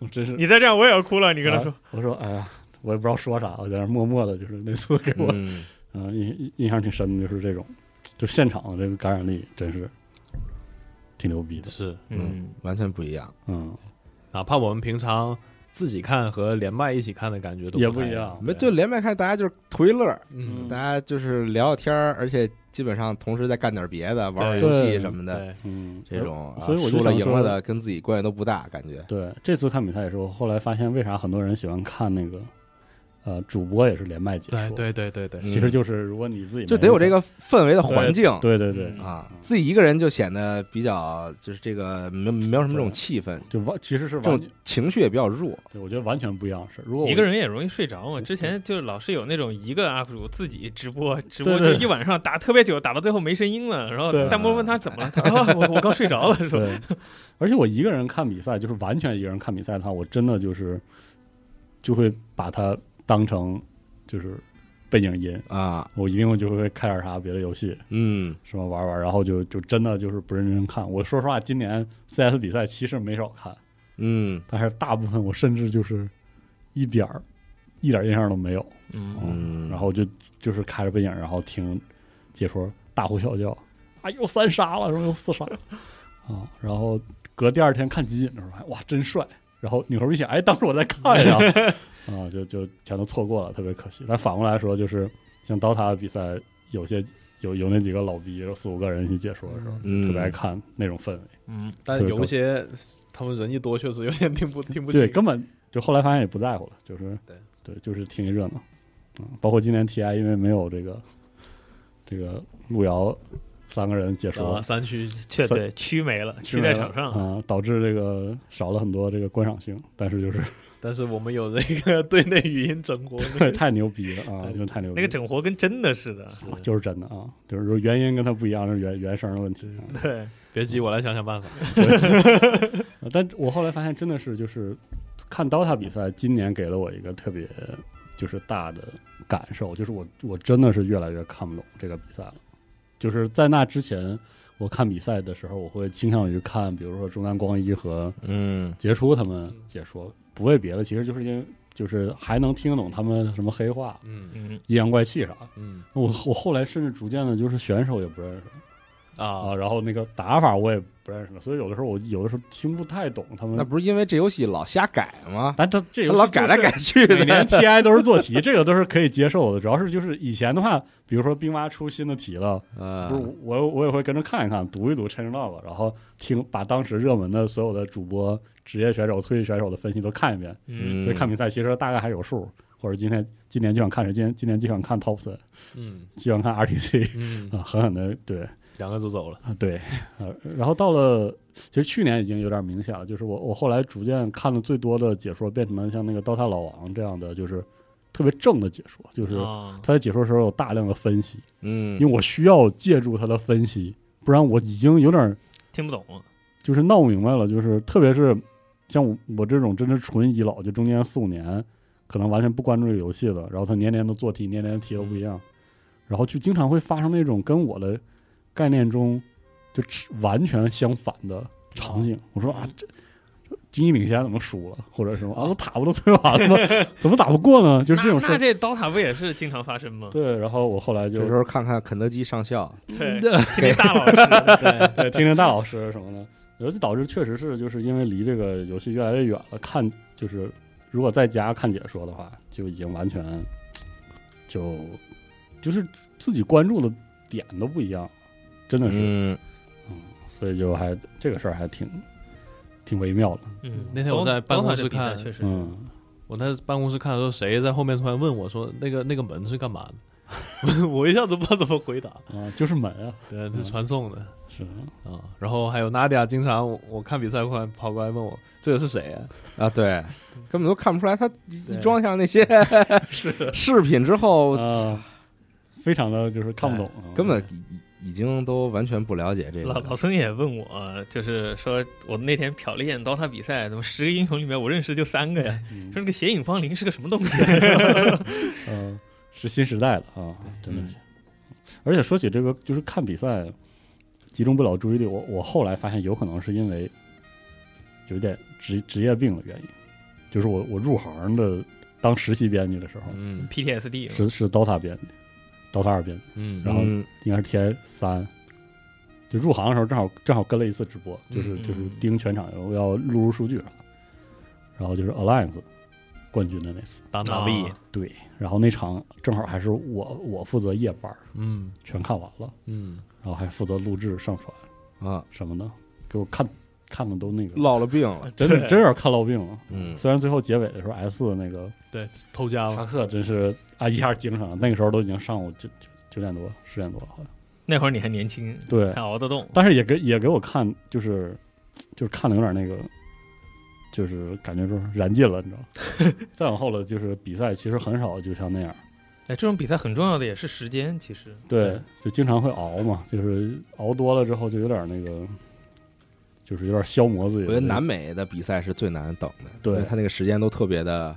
S4: 我真是
S6: 你再这样我也要哭了。你跟他说，
S4: 啊我说哎呀，我也不知道说啥，我在那儿默默的，就是那次给我
S2: 嗯，
S4: 嗯、印印印象挺深的，就是这种，就现场的这个感染力真是挺牛逼的，
S5: 是，
S2: 嗯，完全不一样。
S4: 嗯，
S5: 哪怕我们平常自己看和连麦一起看的感觉都
S4: 也
S5: 不
S4: 不
S5: 太
S4: 一
S5: 样。
S4: 样，
S2: 没就连麦看，大家就是图一乐儿，
S5: 嗯，
S2: 大家就是聊聊天儿，而且基本上同时在干点别的，玩玩游
S4: 对
S2: 戏什么的，
S5: 对，
S4: 嗯，
S2: 这种啊
S4: 所以我就
S2: 输了
S4: 想
S2: 赢
S4: 说
S2: 了的跟自己关系都不大，感觉。
S4: 对这次看比赛也是，我后来发现为啥很多人喜欢看那个呃主播也是连麦解
S5: 对
S4: 说，
S5: 对嗯对对对，
S4: 其实就是如果你自己
S2: 嗯就
S4: 没
S2: 得有
S4: 那
S2: 这，个氛围的环境。
S4: 对对对，
S2: 啊，自己一个人就显得比较就是这个没没有什么这种气氛，
S4: 就完其实是
S2: 这
S4: 完
S2: 种，情绪也比较弱。
S4: 对我觉得完全不一样的事。如果我嗯
S6: 一个人也容易睡着嘛。之前就是老是有那种一个 UP 主自己直播，直播就
S4: 对对
S6: 一晚上打特别久，打到最后没声音了，然后
S4: 对
S6: 弹幕问他怎么了，他说哦我我刚睡着了，是吧？
S4: 对，而且我一个人看比赛，就是完全一个人看比赛的话，我真的就是就会把它当成就是背景音，
S2: 啊，
S4: 我一定会就会开点啥别的游戏
S2: 嗯，
S4: 什么玩玩，然后就就真的就是不认真看。我说实话，今年 CS 比赛其实没少看，
S2: 嗯
S4: 但是大部分我甚至就是一点儿一点印象都没有，
S6: 嗯
S2: 嗯，
S4: 哦然后就就是开着背景，然后听解说大呼小叫，啊又三杀了，然后又四杀了 啊，然后隔第二天看集锦的时候，还哇真帅，然后扭头一想，哎，当时我在看 呀，啊，就就全都错过了，特别可惜。但反过来说，就是像刀塔比赛，有些有有那几个老逼，有四五个人一起解说的时候，
S2: 嗯
S4: 特别爱看那种氛围，
S6: 嗯，
S5: 但
S4: 特别
S5: 有
S4: 高
S5: 一些他们人一多，确实有点听不听不
S4: 对，
S5: 清。
S4: 根本就后来发现也不在乎了，就是
S5: 对
S4: 就是听一热闹。嗯，包括今年 TI 因为没有这个这个路遥三个人解说
S5: 啊，，山区
S6: 确
S4: 三
S6: 对区没了，
S4: 去
S6: 区在场上。
S4: 啊、导致这个少了很多这个观赏性，但是就是
S5: 但是我们有这个队内语音整 活，
S4: 对太牛逼了啊，
S5: 对
S4: 真的太牛逼
S6: 那
S4: 了，
S6: 个整活跟真的似的，
S4: 啊就是真的啊，就是说原因跟它不一样，是原原声的问题。啊
S6: 对，
S5: 别急，我来想想办法。
S4: 啊 但我后来发现真的是就是看 DOTA 比赛，今年给了我一个特别就是大的感受，就是我我真的是越来越看不懂这个比赛了。就是在那之前，我看比赛的时候，我会倾向于看，比如说中南光一和
S2: 嗯
S4: 杰出他们解说，不为别的，其实就是因为就是还能听懂他们什么黑话、
S5: 嗯
S6: 嗯，
S4: 阴阳怪气啥。
S5: 嗯
S4: 我我后来甚至逐渐的，就是选手也不认识啊，
S5: 啊，
S4: 然后那个打法我也不认识了，所以有的时候我有的时候听不太懂他
S2: 那
S4: 们。
S2: 不是因为这游戏老瞎改吗？
S4: 但这这游戏
S2: 老改来改去
S4: 每 年
S2: 的，
S4: TI 都是做题，这个都是可以接受的。主要是就是以前的话，比如说冰蛙出新的题了，
S2: 嗯，
S4: 就是我我也会跟着看一看，读一读 ChangeLog，然后听把当时热门的所有的主播、职业选手、退役选手的分析都看一遍，
S6: 嗯
S4: 所以看比赛其实大概还有数，或或者今天今年就想看谁，今年今年就想看 Topson，
S5: 嗯
S4: 就想看 RTC
S5: 嗯，
S4: 啊，狠狠的对
S5: 两个都走了，
S4: 啊对啊，然后到了其实去年已经有点明显了，就是我我后来逐渐看的最多的解说变成了像那个《刀塔老王》这样的，就是特别正的解说，就是
S6: 啊，
S4: 他在解说时候有大量的分析，
S2: 嗯
S4: 因为我需要借助他的分析，不然我已经有点儿
S6: 听不懂，
S4: 就是闹明白了，就是特别是像我我这种真是纯遗老，就中间四五年可能完全不关注这个游戏了，然后他年年都做题，年年题都不一样，然后就经常会发生那种跟我的概念中就吃完全相反的场景。我说啊，这经济领先怎么输了，或者什么啊，我塔不都推完了吗， 怎么打不过呢？就是这种事
S6: 那那
S4: 儿。
S6: 这刀塔不也是经常发生吗？
S4: 对，然后我后来就
S2: 这时候看看肯德基上校，
S6: 对，听听大老师，
S4: 对，听听大老师什么的，然后就导致确实是就是因为离这个游戏越来越远了，看就是如果在家看解说的话，就已经完全就就是自己关注的点都不一样， 真的是，
S2: 嗯，
S4: 所以就还这个事儿还挺挺微妙的，
S6: 嗯，
S5: 那天我在办公室看
S6: 刀塔这比赛确实是，
S4: 嗯，
S5: 我在办公室看的时候，谁在后面突然问我说那个那个门是干嘛的， 我一下子不知道怎么回答，
S4: 啊，就是门啊，
S5: 对，是传送的。
S4: 是
S5: 啊、然后还有娜迪亚，经常我我看比赛会跑过来问我这个是谁、啊？
S2: 啊， 对，根本都看不出来他一
S5: 对
S2: 一装上那些 饰品之后，
S4: 啊，非常的就是看不懂，啊
S2: 哎根本已已经都完全不了解这个
S6: 老
S2: 了。
S6: 老孙也问我，就是说我那天瞟了一眼刀塔比赛，怎么十个英雄里面我认识就三个呀？
S4: 嗯
S6: 说那个血影芳灵是个什么东西？
S4: 嗯，是新时代了啊，真的是。而且说起这个，就是看比赛集中不了注意力，我我后来发现有可能是因为有点职职业病的原因，就是我我入行的当实习编辑的时候，
S5: 嗯
S6: PTSD
S4: 是是 DOTA 编辑，DOTA 二编辑，
S5: 嗯
S4: 然后
S2: 嗯
S4: 应该是 TI 三。就入行的时候，正好正好跟了一次直播，就是就是盯全场，要要录入数据啥的，然后就是 Alliance 冠军的那次。
S5: 当
S6: 打
S5: 打 B，
S6: 啊
S4: 对，然后那场正好还是我我负责夜班儿，
S5: 嗯
S4: 全看完了，
S5: 嗯，
S4: 然后还负责录制、上传
S2: 啊，
S4: 什么的，给我看看的都那个，
S2: 落了病了。
S4: 真的真有点看落病了。
S2: 嗯，
S4: 虽然最后结尾的时候 S 四那个
S5: 对，偷家
S4: 帕
S5: 了，
S4: 克真是啊一下精神了，那个时候都已经上午九九九点多十点多了，好像
S6: 那会儿你还年轻，
S4: 对
S6: 还，熬得动。
S4: 但是也给也给我看就是就是看的有点那个。就是感觉说燃尽了，你知道吗？ 再往后了，就是比赛其实很少，就像那样，
S6: 哎，这种比赛很重要的也是时间，其实
S4: 对，就经常会熬嘛，就是熬多了之后就有点那个，就是有点消磨自己
S2: 我
S4: 的
S2: 觉得
S4: 那个。
S2: 南美的比赛是最难等的，
S4: 对
S2: 因为他那个时间都特别的，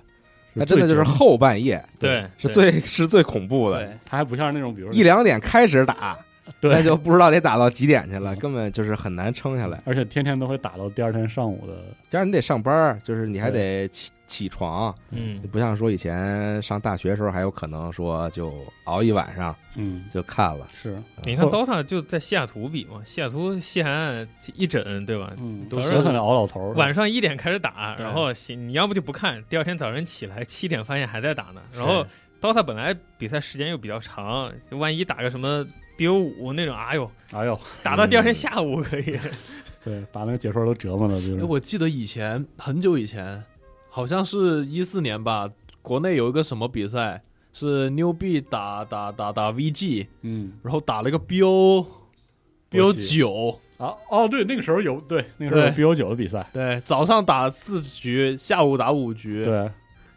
S2: 他
S4: 最
S2: 真的就是
S4: 久
S2: 后半夜，
S6: 对
S2: 是最是最恐怖的。
S5: 对，
S4: 他还不像那种，比如
S2: 一两点开始打，
S4: 对
S2: 那就不知道得打到几点去了，根本就是很难撑下来。
S4: 而且天天都会打到第二天上午的，
S2: 加上你得上班儿，就是你还得起起床，
S6: 嗯，
S2: 不像说以前上大学的时候还有可能说就熬一晚上
S4: 嗯，
S2: 就看了。
S4: 是，
S6: 你看 DOTA 就在西雅图比嘛，西雅图西海岸一整，对吧？
S4: 嗯，
S6: 都
S4: 都
S6: 是
S4: 是很熬老头儿。
S6: 晚上一点开始打，
S5: 对
S6: 然后洗你要不就不看，第二天早晨起来七点发现还在打呢。然后 DOTA 本来比赛时间又比较长，就万一打个什么 BO 五那种，哎呦，
S4: 哎呦，
S6: 打到第二天下午可以。
S4: 嗯对，把那个解说都折磨的，就
S5: 哎，
S4: 是
S5: 我记得以前很久以前，好像是一四年吧，国内有一个什么比赛是牛逼打打打打 VG，
S4: 嗯
S5: 然后打了一个 BO。BO
S4: 我
S5: 九，
S4: 啊哦，对，那个时候有对那个时候有 BO 九的比赛，
S5: 对，早上打四局，下午打五局，
S4: 对，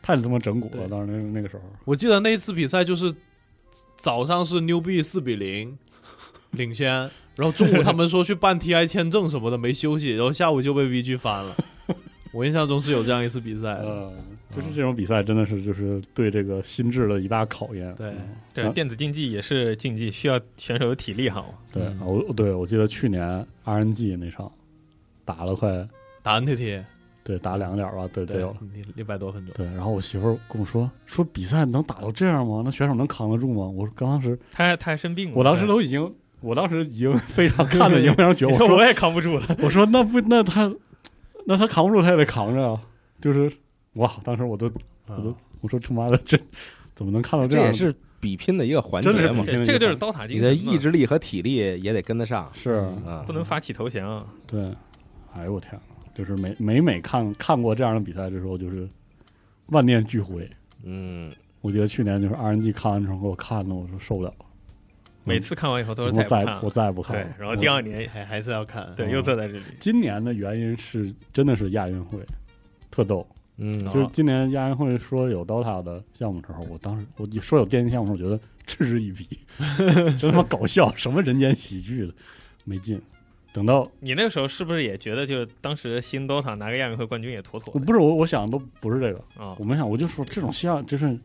S4: 太他妈整蛊
S5: 对
S4: 了，当时那那个时候，
S5: 我记得那次比赛就是早上是 New B 四 比零领先，然后中午他们说去办 TI 签证什么的没休息，然后下午就被 VG 翻 了。我印象中是有这样一次比赛的，
S4: 呃，就是这种比赛真的是就是对这个心智的一大考验。
S5: 对
S4: 嗯
S6: 对，电子竞技也是竞技，需要选手有体力好。
S4: 对
S5: 嗯
S4: 啊，我对我记得去年 RNG 那场打了快
S5: 打 NTT，
S4: 对打两个点儿吧，对
S5: 对
S4: 对哦有了，
S5: 一一百多分钟，
S4: 对。然后我媳妇儿跟我说说比赛能打到这样吗？那选手能扛得住吗？我说刚当时
S6: 他还他还生病了，
S4: 嗯我当时都已经我当时已经非常看的已经非常绝
S6: 你
S4: 望，
S6: 说
S4: 我
S6: 我
S4: 说
S6: 也扛不住了。
S4: 我说那不那他那他扛不住他也得扛着啊，就是哇，当时我都我都我说他妈的这怎么能看到
S2: 这
S4: 样
S2: 也
S4: 的？
S2: 是比拼的一个环
S4: 真的
S2: 节
S4: 是
S2: 嘛
S4: 比，拼
S6: 对，
S4: 的
S6: 这个就
S4: 地方
S6: 是刀塔精
S2: 你
S6: 神嘛，
S2: 的意志力和体力也得跟得上
S4: 是
S5: 嗯
S2: 啊
S6: 不。能发起投
S4: 嗯
S6: 降。
S4: 对，哎呦我天呐，就是每每每看看过这样的比赛的时候，就是万念俱灰，
S2: 嗯，
S4: 我记得去年就是 RNG 看完之后给我看的，我说受不了了，
S6: 每次看完以后都
S4: 我
S6: 是
S4: 再
S6: 再也不看
S4: 我
S6: 了，
S4: 再也不看
S6: 对
S4: 了。，
S6: 然后第
S4: 我
S6: 二年
S5: 还还是要看。
S6: 对
S4: 嗯
S6: 又坐在这里，
S4: 今年的原因是真的是亚运会，特逗。
S2: 嗯，
S6: 啊
S4: 就是今年亚运会说有 DOTA 的项目的时候，我当时我一说有电竞项目的时候，我觉得嗤之以 鼻，真他妈搞笑，什么人间喜剧的，没劲。等到
S6: 你那个时候是不是也觉得就是当时新 DOTA 拿个亚运会冠军也妥妥
S4: 我
S6: 的
S4: 不是我我想都不是这个，
S6: 啊？
S4: 我没想，我就说这种项就是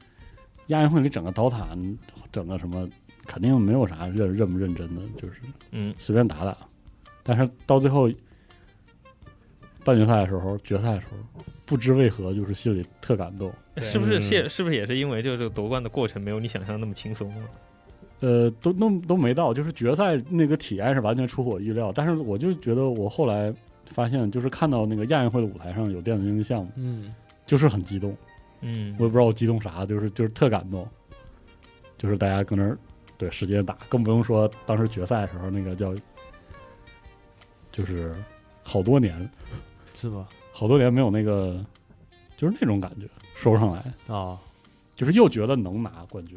S4: 亚运会里整个 DOTA，你整个什么肯定没有啥认认不认真的，就是
S6: 嗯
S4: 随便打打。但是到最后半决赛的时候、决赛的时候，不知为何就是心里特感动。
S6: 是不是
S2: 嗯
S6: 是是不是也是因为就是夺冠的过程没有你想象那么轻松了？
S4: 呃，都都都没到，就是决赛那个体验是完全出乎我预料。但是我就觉得，我后来发现，就是看到那个亚运会的舞台上有电子竞技项目，
S5: 嗯，
S4: 就是很激动。
S6: 嗯
S4: 我也不知道我激动啥，就是就是特感动，就是大家搁那儿对使劲打，更不用说当时决赛的时候那个叫，就是好多年
S5: 是吧？
S4: 好多年没有那个，就是那种感觉说不上来，
S5: 啊，
S4: 就是又觉得能拿冠 军，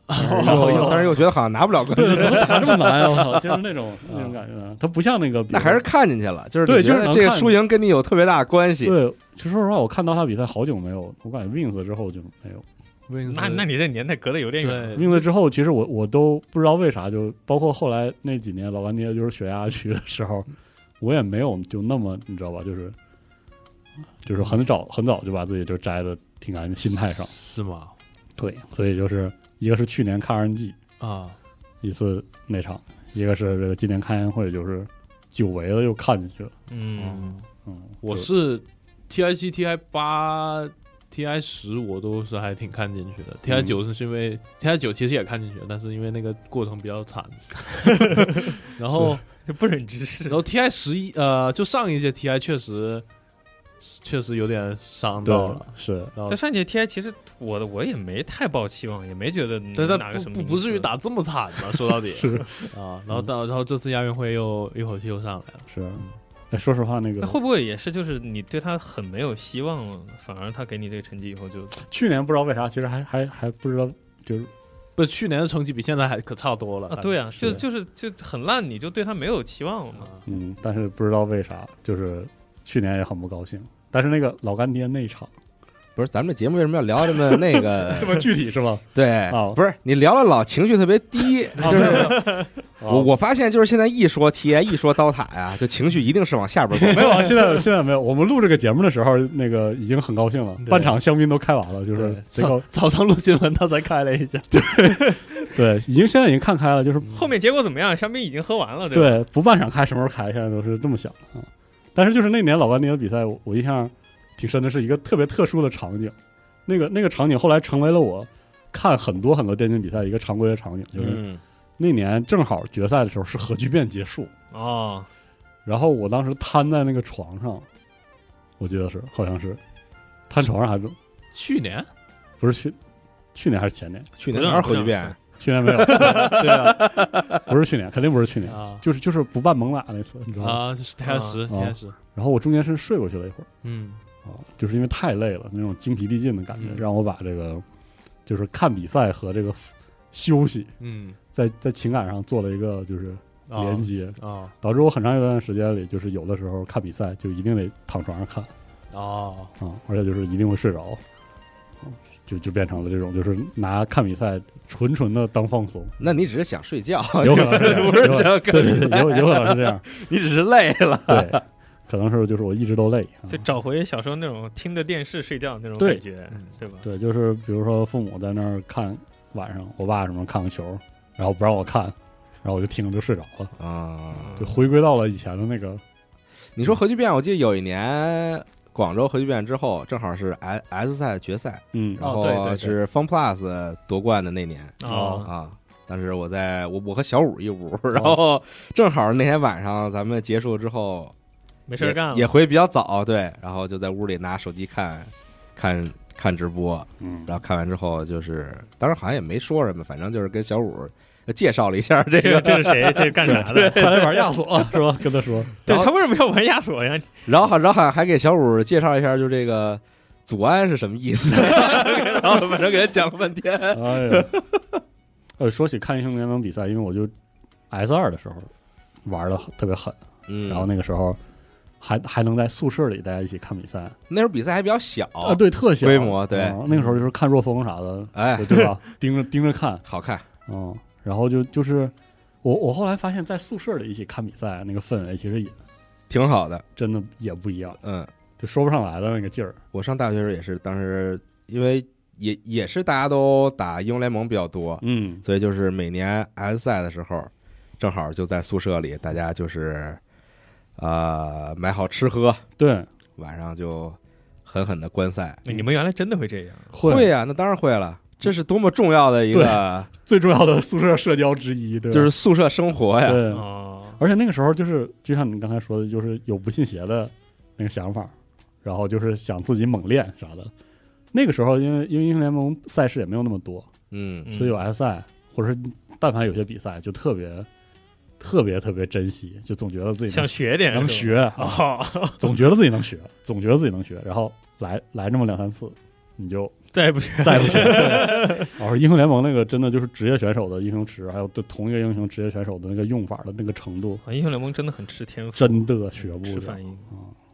S2: 又但是又觉得好像拿不了冠
S4: 对
S2: 军，
S4: 对，怎么打这么难呀？啊我操， 就是那种那种感觉，啊它不像那个，
S2: 那还是看进去了，就是
S4: 对
S2: 你觉
S4: 就是
S2: 得
S4: 能
S2: 这个
S4: 看
S2: 输赢跟你有特别大的关系。
S4: 对。其实说实话，我看到他比赛好久没有，我感觉 Wins 之后就没有
S6: 那那你这年代隔得有点远。
S5: 对，
S4: ，Wins 之后，其实我我都不知道为啥，就包括后来那几年老干爹就是血压区的时候，我也没有就那么你知道吧，就是就是很早很早就把自己就摘的挺干净，心态上
S5: 是吗？
S4: 对，所以就是一个是去年看 RNG
S5: 啊，
S4: 一次那场，一个是这个今年看烟会，就是久违的又看进去了，
S6: 嗯，
S4: 嗯，
S5: 我
S4: 就是
S5: T I 七、T I 八、T I 十，我都是还挺看进去的。T I 九是因为 T I 九其实也看进去了，但是因为那个过程比较惨。然后，
S6: 就不忍直视
S5: 然。后 T I 十一，呃，就上一届 T I 确实确实有点伤
S4: 对
S5: 到了。
S4: 是
S5: 然后
S6: 但，上届 TI 其实我的我也没太抱期望，也没觉得
S5: 但
S6: 拿个
S5: 但
S6: 什
S5: 不
S6: 么
S5: 不
S6: 名次
S5: 不至于打这么惨吧？说到底
S4: 是
S5: 啊，然后到然后这次亚运会又一口气又上来了。
S4: 是，哎，说实话，那个
S6: 那会不会也是就是你对他很没有希望了，反而他给你这个成绩以后就
S4: 去年不知道为啥，其实还还还不知道，就是
S5: 不，去年的成绩比现在还可差多了
S6: 啊对啊，就是就是就很烂，你就对他没有期望了嘛。
S5: 啊
S4: 嗯，但是不知道为啥，就是去年也很不高兴。但是那个老干爹那一场
S2: 不是，咱们这节目为什么要聊这么那 个？
S4: 这么具体是吧？
S2: 对
S4: 哦，
S2: 不是你聊了老情绪特别低，
S4: 啊，
S2: 就是
S4: 对哦
S2: 我我发现就是现在一说 T I 一说刀塔呀，就情绪一定是往下边
S4: 没
S2: 走。
S4: 有啊，现在现在没有。我们录这个节目的时候，那个已经很高兴了，
S5: 对
S4: 半场香槟都开完了，就是
S5: 对
S4: 贼高
S5: 早早上录新闻，他才开了一下。
S4: 对，已经现在已经看开了，就是
S6: 后面结果怎么样？香槟已经喝完了，吧？
S4: 对不半场开什么时候开，现在都是这么想的啊。但是就是那年老干爹的比赛，我我印象挺深的，是一个特别特殊的场景。那个那个场景后来成为了我看很多很多电竞比赛一个常规的场景，就是
S2: 嗯，
S4: 那年正好决赛的时候是核聚变结束，
S6: 哦，
S4: 然后我当时瘫在那个床上，我记得是好像是瘫床上还是
S5: 去年
S4: 不是去去年还是前年？
S2: 去年哪儿核聚变？
S4: 去年没有，对啊， 不是去年，肯定不是去年，
S5: 啊
S4: 就是就是不办猛犸那次，你知道吗？
S5: 啊，是天十
S4: 啊
S5: 天十，
S4: 然后我中间是睡过去了一会儿
S5: 嗯
S4: 啊，就是因为太累了，那种精疲力尽的感觉，
S5: 嗯
S4: 让我把这个就是看比赛和这个休息
S5: 嗯
S4: 在在情感上做了一个就是
S5: 啊
S4: 连接，
S5: 啊
S4: 导致我很长一段时间里，就是有的时候看比赛就一定得躺床上看
S5: 啊
S4: 啊、而且就是一定会睡着，嗯就就变成了这种，就是拿看比赛纯纯的当放松，
S2: 那你只是想睡觉，
S4: 有可能是这 样
S2: 不是想
S4: 有
S2: 看
S4: 可对对对，有有可能是这样，
S2: 你只是累了。
S4: 对，可能是就是我一直都累，啊
S6: 就找回小时候那种听着电视睡觉那种
S4: 对
S6: 感觉，对吧？
S4: 对，就是比如说父母在那儿看晚上，我爸什么看个球，然后不让我看，然后我就听着就睡着了，
S2: 啊，
S4: 就回归到了以前的那个，
S2: 你说核聚变，我记得有一年广州核聚变之后，正好是 S S 赛决赛，
S4: 嗯，
S2: 然
S5: 哦对对
S2: 后
S5: 对
S2: 是 Fun Plus 夺冠的那年
S6: 哦，
S2: 啊。当时我在我我和小五一屋，然后正好那天晚上咱们结束之后，
S6: 没事儿
S2: 也
S6: 干了，
S2: 也回比较早，对，然后就在屋里拿手机看，看看直播，
S4: 嗯，
S2: 然后看完之后就是，当时好像也没说什么，反正就是跟小五呃介绍了一 下这
S6: 这个
S2: 个，
S6: 这是谁？这是干啥的？
S4: 快来玩亚索是吧？ 跟他说，
S6: 对
S2: 然后
S4: 嗯
S6: 他为什么要玩亚索呀？
S2: 然后好，然后好像还给小五介绍一下，就这个祖安是什么意思？ 然后反正给他讲了半天。
S4: 哎呀，呃，说起看英雄联盟比赛，因为我就 S 二的时候玩的特别狠，
S2: 嗯，
S4: 然后那个时候还还能在宿舍里大家一起看比赛
S2: 那时候比赛还比较小，
S4: 啊，对，特
S2: 哦
S4: 小
S2: 规模对
S4: 嗯那个时候就是看若风啥的，
S2: 哎，
S4: 对吧？盯着盯着看，
S2: 好看，
S4: 嗯，然后就就是我我后来发现，在宿舍里一起看比赛那个氛围其实也
S2: 挺好的。
S4: 真的也不一样，
S2: 嗯，
S4: 就说不上来的那个劲儿。
S2: 我上大学时候也是，当时因为也也是大家都打英雄联盟比较多，
S4: 嗯，
S2: 所以就是每年 S 赛的时候，正好就在宿舍里，大家就是呃买好吃喝，
S4: 对，
S2: 晚上就狠狠的观赛。
S6: 你们原来真的会这样？
S4: 会
S2: 会呀、那当然会了。这是多么重要的一个，
S4: 最重要的宿舍社交之一，对吧，
S2: 就是宿舍生活呀。嗯
S4: 对。
S6: 哦，
S4: 而且那个时候就是，就像你刚才说的，就是有不信邪的那个想法，然后就是想自己猛练啥的。那个时候，因为因为英雄联盟赛事也没有那么多，
S2: 嗯，
S6: 嗯
S4: 所以有 S 赛，或者是但凡有些比赛，就特别特别特别珍惜，就总觉得自己
S6: 想
S4: 能
S6: 学点
S4: 能
S6: 是
S4: 学
S6: 吧
S4: 啊，
S6: 哦，
S4: 总觉得自己能学，总觉得自己能学，然后来来这么两三次，你就
S6: 再也不学
S4: 再也不学。对而英雄联盟那个真的就是职业选手的英雄池，还有对同一个英雄职业选手的那个用法的那个程度，
S6: 英雄联盟真的很吃天赋，
S4: 真的学不
S6: 吃
S4: 了。
S6: 反应，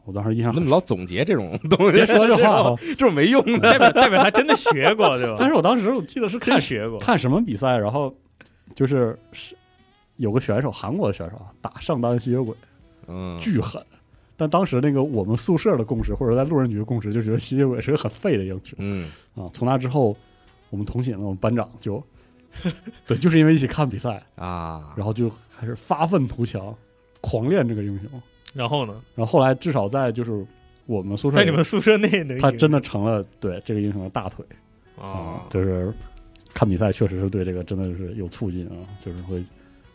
S4: 我当时印象
S2: 你怎
S4: 很
S2: 么
S4: 深，
S2: 老总结这种东西？
S4: 别说这话啊！
S2: 这种没用的。
S6: 代表代表他真的学过， 对吧？
S4: 但是我当时我记得是看
S6: 真学过，
S4: 看什么比赛，然后就是是有个选手，韩国的选手啊，打上单吸血鬼
S2: 嗯，
S4: 巨狠。但当时那个我们宿舍的共识，或者在路人局的共识，就觉得吸血鬼是个很废的英雄
S2: 嗯，
S4: 啊。从那之后，我们同寝的我们班长就， 对，就是因为一起看比赛，
S2: 啊，
S4: 然后就开始发愤图强，狂练这个英雄。
S6: 然后呢，
S4: 然后后来至少在就是我们宿舍
S6: 在
S4: 里，
S6: 你们宿舍内能
S4: 他
S6: 赢
S4: 真的嗯成了对这个英雄的大腿。啊
S6: 哦，
S4: 就是看比赛确实是对这个真的是有促进啊，就是会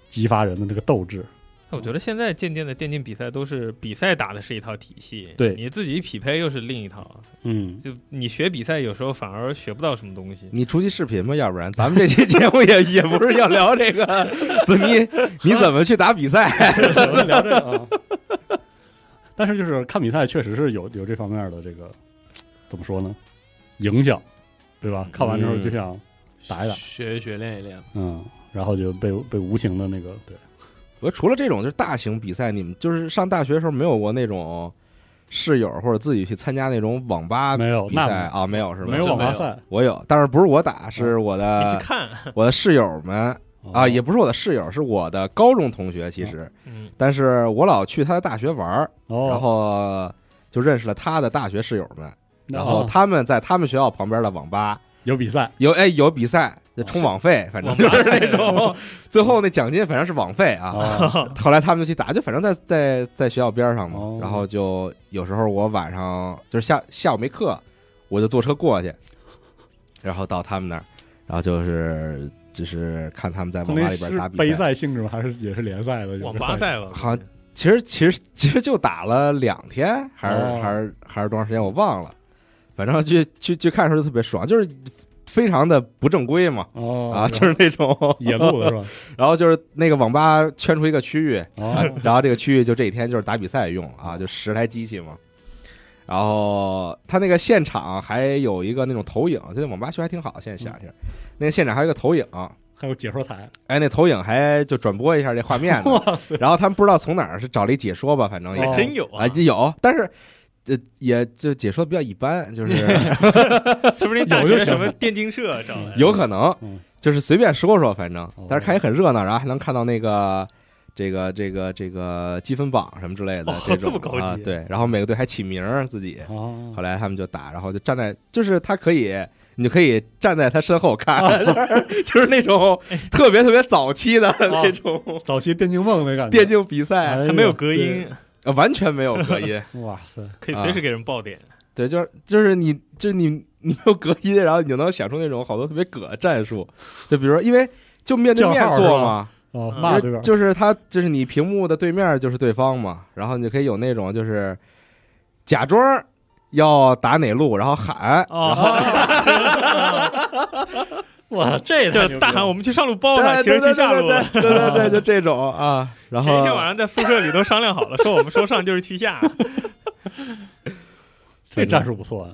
S4: 激发人的这个斗志。
S6: 那我觉得现在渐渐的电竞比赛都是比赛打的是一套体系，
S4: 对
S6: 你自己匹配又是另一套，
S4: 嗯，
S6: 就你学比赛有时候反而学不到什么东西。
S2: 你出去视频吧，要不然咱们这期节目也 也不是要聊这 个，怎么你你怎么去打比赛？
S4: 我们聊这个啊。但是就是看比赛确实是有有这方面的这个怎么说呢？影响，对吧？看完之后就想打一打
S5: 学一学，练一练。
S4: 嗯。然后就被被无情的那个对，
S2: 我除了这种就是大型比赛，你们就是上大学的时候没有过那种室友或者自己去参加那种网吧
S4: 没有
S2: 比
S4: 那
S2: 赛啊？没有是啊吧？
S4: 没有网吧
S5: 真没
S4: 赛
S2: 我有，但是不是我打，是我
S6: 你
S2: 的
S6: 去看，
S2: 我的室友们啊，也不是我的室友，是我的高中同学。其实，
S6: 嗯，
S2: 但是我老去他的大学玩儿，
S4: 哦，
S2: 然后就认识了他的大学室友们，然后
S4: 哦
S2: 他们在他们学校旁边的网吧
S4: 有比赛，
S2: 有哎有比
S4: 啊
S2: 赛，就充网费，反正就是那种， 最后那奖金反正是网费啊。
S4: 哦
S2: 后来他们就去打，就反正在在在学校边上嘛，
S4: 哦
S2: 然后就有时候我晚上就是下下午没课，我就坐车过去，然后到他们那儿，然后就是就是看他们在网吧
S4: 那
S2: 里边
S4: 是
S2: 打比
S4: 杯赛性质吗？还是也是联赛的？有
S6: 网
S4: 个
S6: 吧
S4: 赛
S6: 赛吧，
S2: 好像其实其实其实就打了两天，还是、
S4: 哦
S2: 还是还是多长时间我忘了，反正去去去看的时候就特别爽，就是非常的不正规嘛。
S4: 哦
S2: 啊，就是那种
S4: 野 路子是吧？
S2: 然后就是那个网吧圈出一个区域，
S4: 哦，
S2: 然后这个区域就这几天就是打比赛用啊，就十台机器嘛。然后他那个现场还有一个那种投影，就那网吧修还挺好，现在想想，
S4: 嗯
S2: 那个现场还有一个投影，
S4: 还有解说台，
S2: 哎，那投影还就转播一下这画面呢。
S4: 哇塞！
S2: 然后他们不知道从哪儿是找了一解说吧，反正也
S6: 还真有啊
S4: 哎
S2: 啊，，有，但是呃也就解说的比较一般，就是
S6: 是不是你大
S4: 有就
S6: 学
S4: 行
S6: 什么电竞社找来的？
S2: 有可能
S4: 嗯
S2: 就是随便说说，反正
S4: 哦
S2: 但是看也很热闹，然后还能看到那个。这个这个这个积分榜什么之类的
S6: 哦，
S2: 这
S6: 这
S2: 种
S6: 么高级
S2: 啊，对，然后每个队还起名儿自己，
S4: 哦
S2: 后来他们就打，然后就站在，就是他可以，你就可以站在他身后看，
S4: 哦
S2: 就是那种特别特别早期的那种
S4: 哦早期电竞梦那感觉，
S2: 电竞比赛，
S4: 哎
S6: 还没有隔音，
S2: 呃完全没有隔 音，
S4: 呦，哇塞，
S6: 可以
S2: 啊
S6: 随时给人爆点。
S2: 对，就是就是你就是你你没有隔音，然后你就能想出那种好多特别葛的战术，就比如说因为就面对
S4: 叫
S2: 面
S4: 号是吧
S2: 做嘛，
S4: 哦，
S6: 嗯
S4: 骂
S2: 就
S4: 对边，
S2: 就是他就是你屏幕的对面就是对方嘛，然后你就可以有那种就是假装要打哪路，然后喊，
S6: 哦
S2: 然后
S4: 哇，这也
S6: 就大喊我们去上路包他，其
S2: 对
S6: 实
S2: 对
S6: 去下路。啊
S2: 对对对对，就这种啊，然
S6: 前一天
S2: 后
S6: 晚 上在宿舍里都商量好 了，说我们说上就是去下，
S4: 这战术不错啊，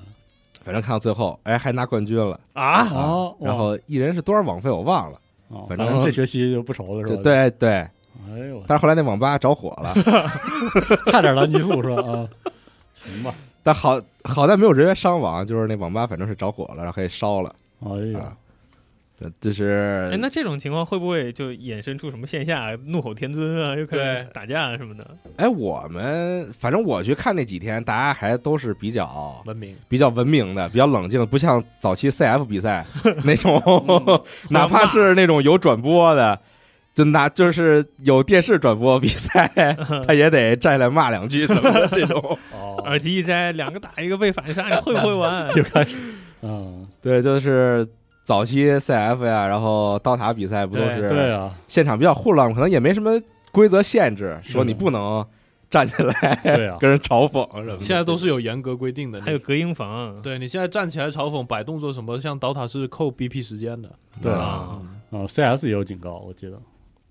S2: 反正看到最后，哎，还拿冠军了
S6: 啊！
S4: 哦
S2: 然后一人是多少网费我忘了，
S4: 哦
S2: 反
S4: 反
S2: 正
S4: 这学期就不愁了，是
S2: 就
S4: 吧？，
S2: 对对，
S4: 哎呦，
S2: 但是后来那网吧着火 了，
S4: 差点蓝激素是吧？啊，行吧，
S2: 但好好在没有人员伤亡，就是那网吧反正是着火了，然后给烧了
S4: 哎呀
S2: 啊，。对就是
S6: 哎，那这种情况会不会就衍生出什么线下怒吼天尊啊，又开始
S5: 对
S6: 打架啊什么的？
S2: 哎，我们反正我去看那几天，大家还都是比较
S5: 文明，
S2: 比较文明的，比较冷静的，不像早期 CF 比 赛那种，
S4: 嗯
S2: 哪怕是那种有转播的，就拿就是有电视转播比赛，他也得站来骂两句什么的这 种。
S4: 哦，
S6: 耳机一摘，两个打一个被 反杀，你会不会玩？
S4: 又开始，嗯，
S2: 对，就是早期 CF 呀，然后刀塔比赛不都
S4: 对
S2: 是
S4: 啊，
S2: 现场比较混乱，可能也没什么规则限制，说你不能站起 来
S4: 对啊，
S2: 跟人嘲讽什么的。
S5: 现在都是有严格规定的。你
S6: 还有隔音房，
S5: 对你现在站起来嘲讽、摆动作什么，像倒塔是扣 BP 时间的。
S4: 对
S2: 啊
S6: 啊，
S5: 嗯
S4: 啊，CS 也有警告，我记得，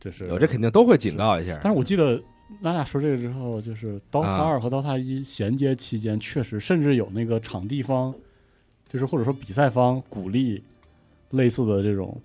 S4: 就是
S2: 有这肯定都会警告一下。
S4: 但是我记得娜娜说这个之后，就是《DOTA
S2: 啊
S4: 二》和《DOTA 一》衔接期间，确实甚至有那个场地方，就是或者说比赛方鼓励类似的这种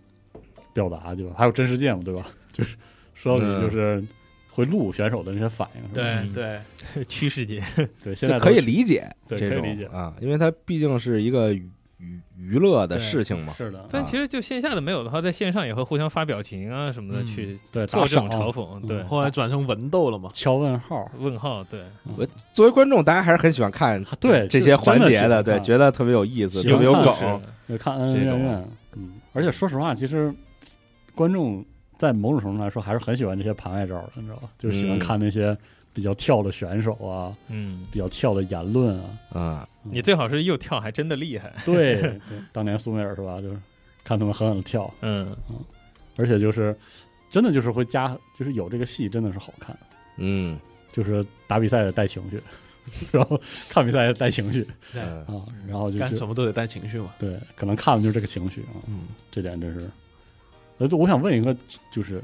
S4: 表达，对吧？还有真实界嘛，对吧？ 就是说
S2: 嗯
S4: 到底就是会录选手的那些反应，是吧
S5: 对对，
S6: 趋势
S2: 啊
S6: 界，
S4: 对，
S2: 这
S4: 现在
S2: 可以
S4: 都是
S2: 理解
S4: 对
S2: 这
S4: 可以
S2: 种
S4: 理解
S2: 啊，因为它毕竟是一个娱娱娱乐的
S4: 对
S2: 事情嘛。
S4: 是的，
S6: 但其实就线下的没有的话，在线上也会互相发表情啊什么的
S5: 嗯
S6: 去
S4: 对
S6: 做
S4: 打
S6: 这种
S4: 赏
S6: 嘲讽，对
S4: 嗯，
S5: 后来转成文斗了嘛。
S4: 敲问号，
S6: 问号，对，
S2: 作为观众，大家还是很喜欢看
S4: 啊对
S2: 这
S4: 就
S2: 些
S4: 真的
S2: 环
S4: 喜
S2: 节
S4: 欢
S2: 的，对，
S4: 看
S2: 觉得特别有意思，
S4: 喜
S2: 特
S4: 欢
S2: 别有
S4: 看
S2: 梗。
S4: 就看恩
S2: 这
S4: 恩
S2: 种
S4: 怨怨，嗯，而且说实话，其实观众在某种程度来说还是很喜欢这些盘外招的，你知道吧？就是喜欢
S2: 嗯
S4: 看那些比较跳的选手啊，
S6: 嗯，
S4: 比较跳的言论啊。
S2: 嗯，
S4: 嗯
S6: 你最好是又跳还真的厉害，
S4: 对对，当年苏美尔是吧？就是看他们狠狠的跳，
S6: 嗯，
S4: 而且就是真的就是会加，就是有这个戏真的是好看，
S2: 嗯
S4: 就是打比赛也带情绪， 然后看比赛也带情绪
S2: 嗯，
S4: 啊，然后就
S5: 干
S4: 就
S5: 什么都得带情绪嘛。
S4: 对，可能看的就是这个情绪啊，
S5: 嗯，
S4: 这点真是。呃，我想问一个，就是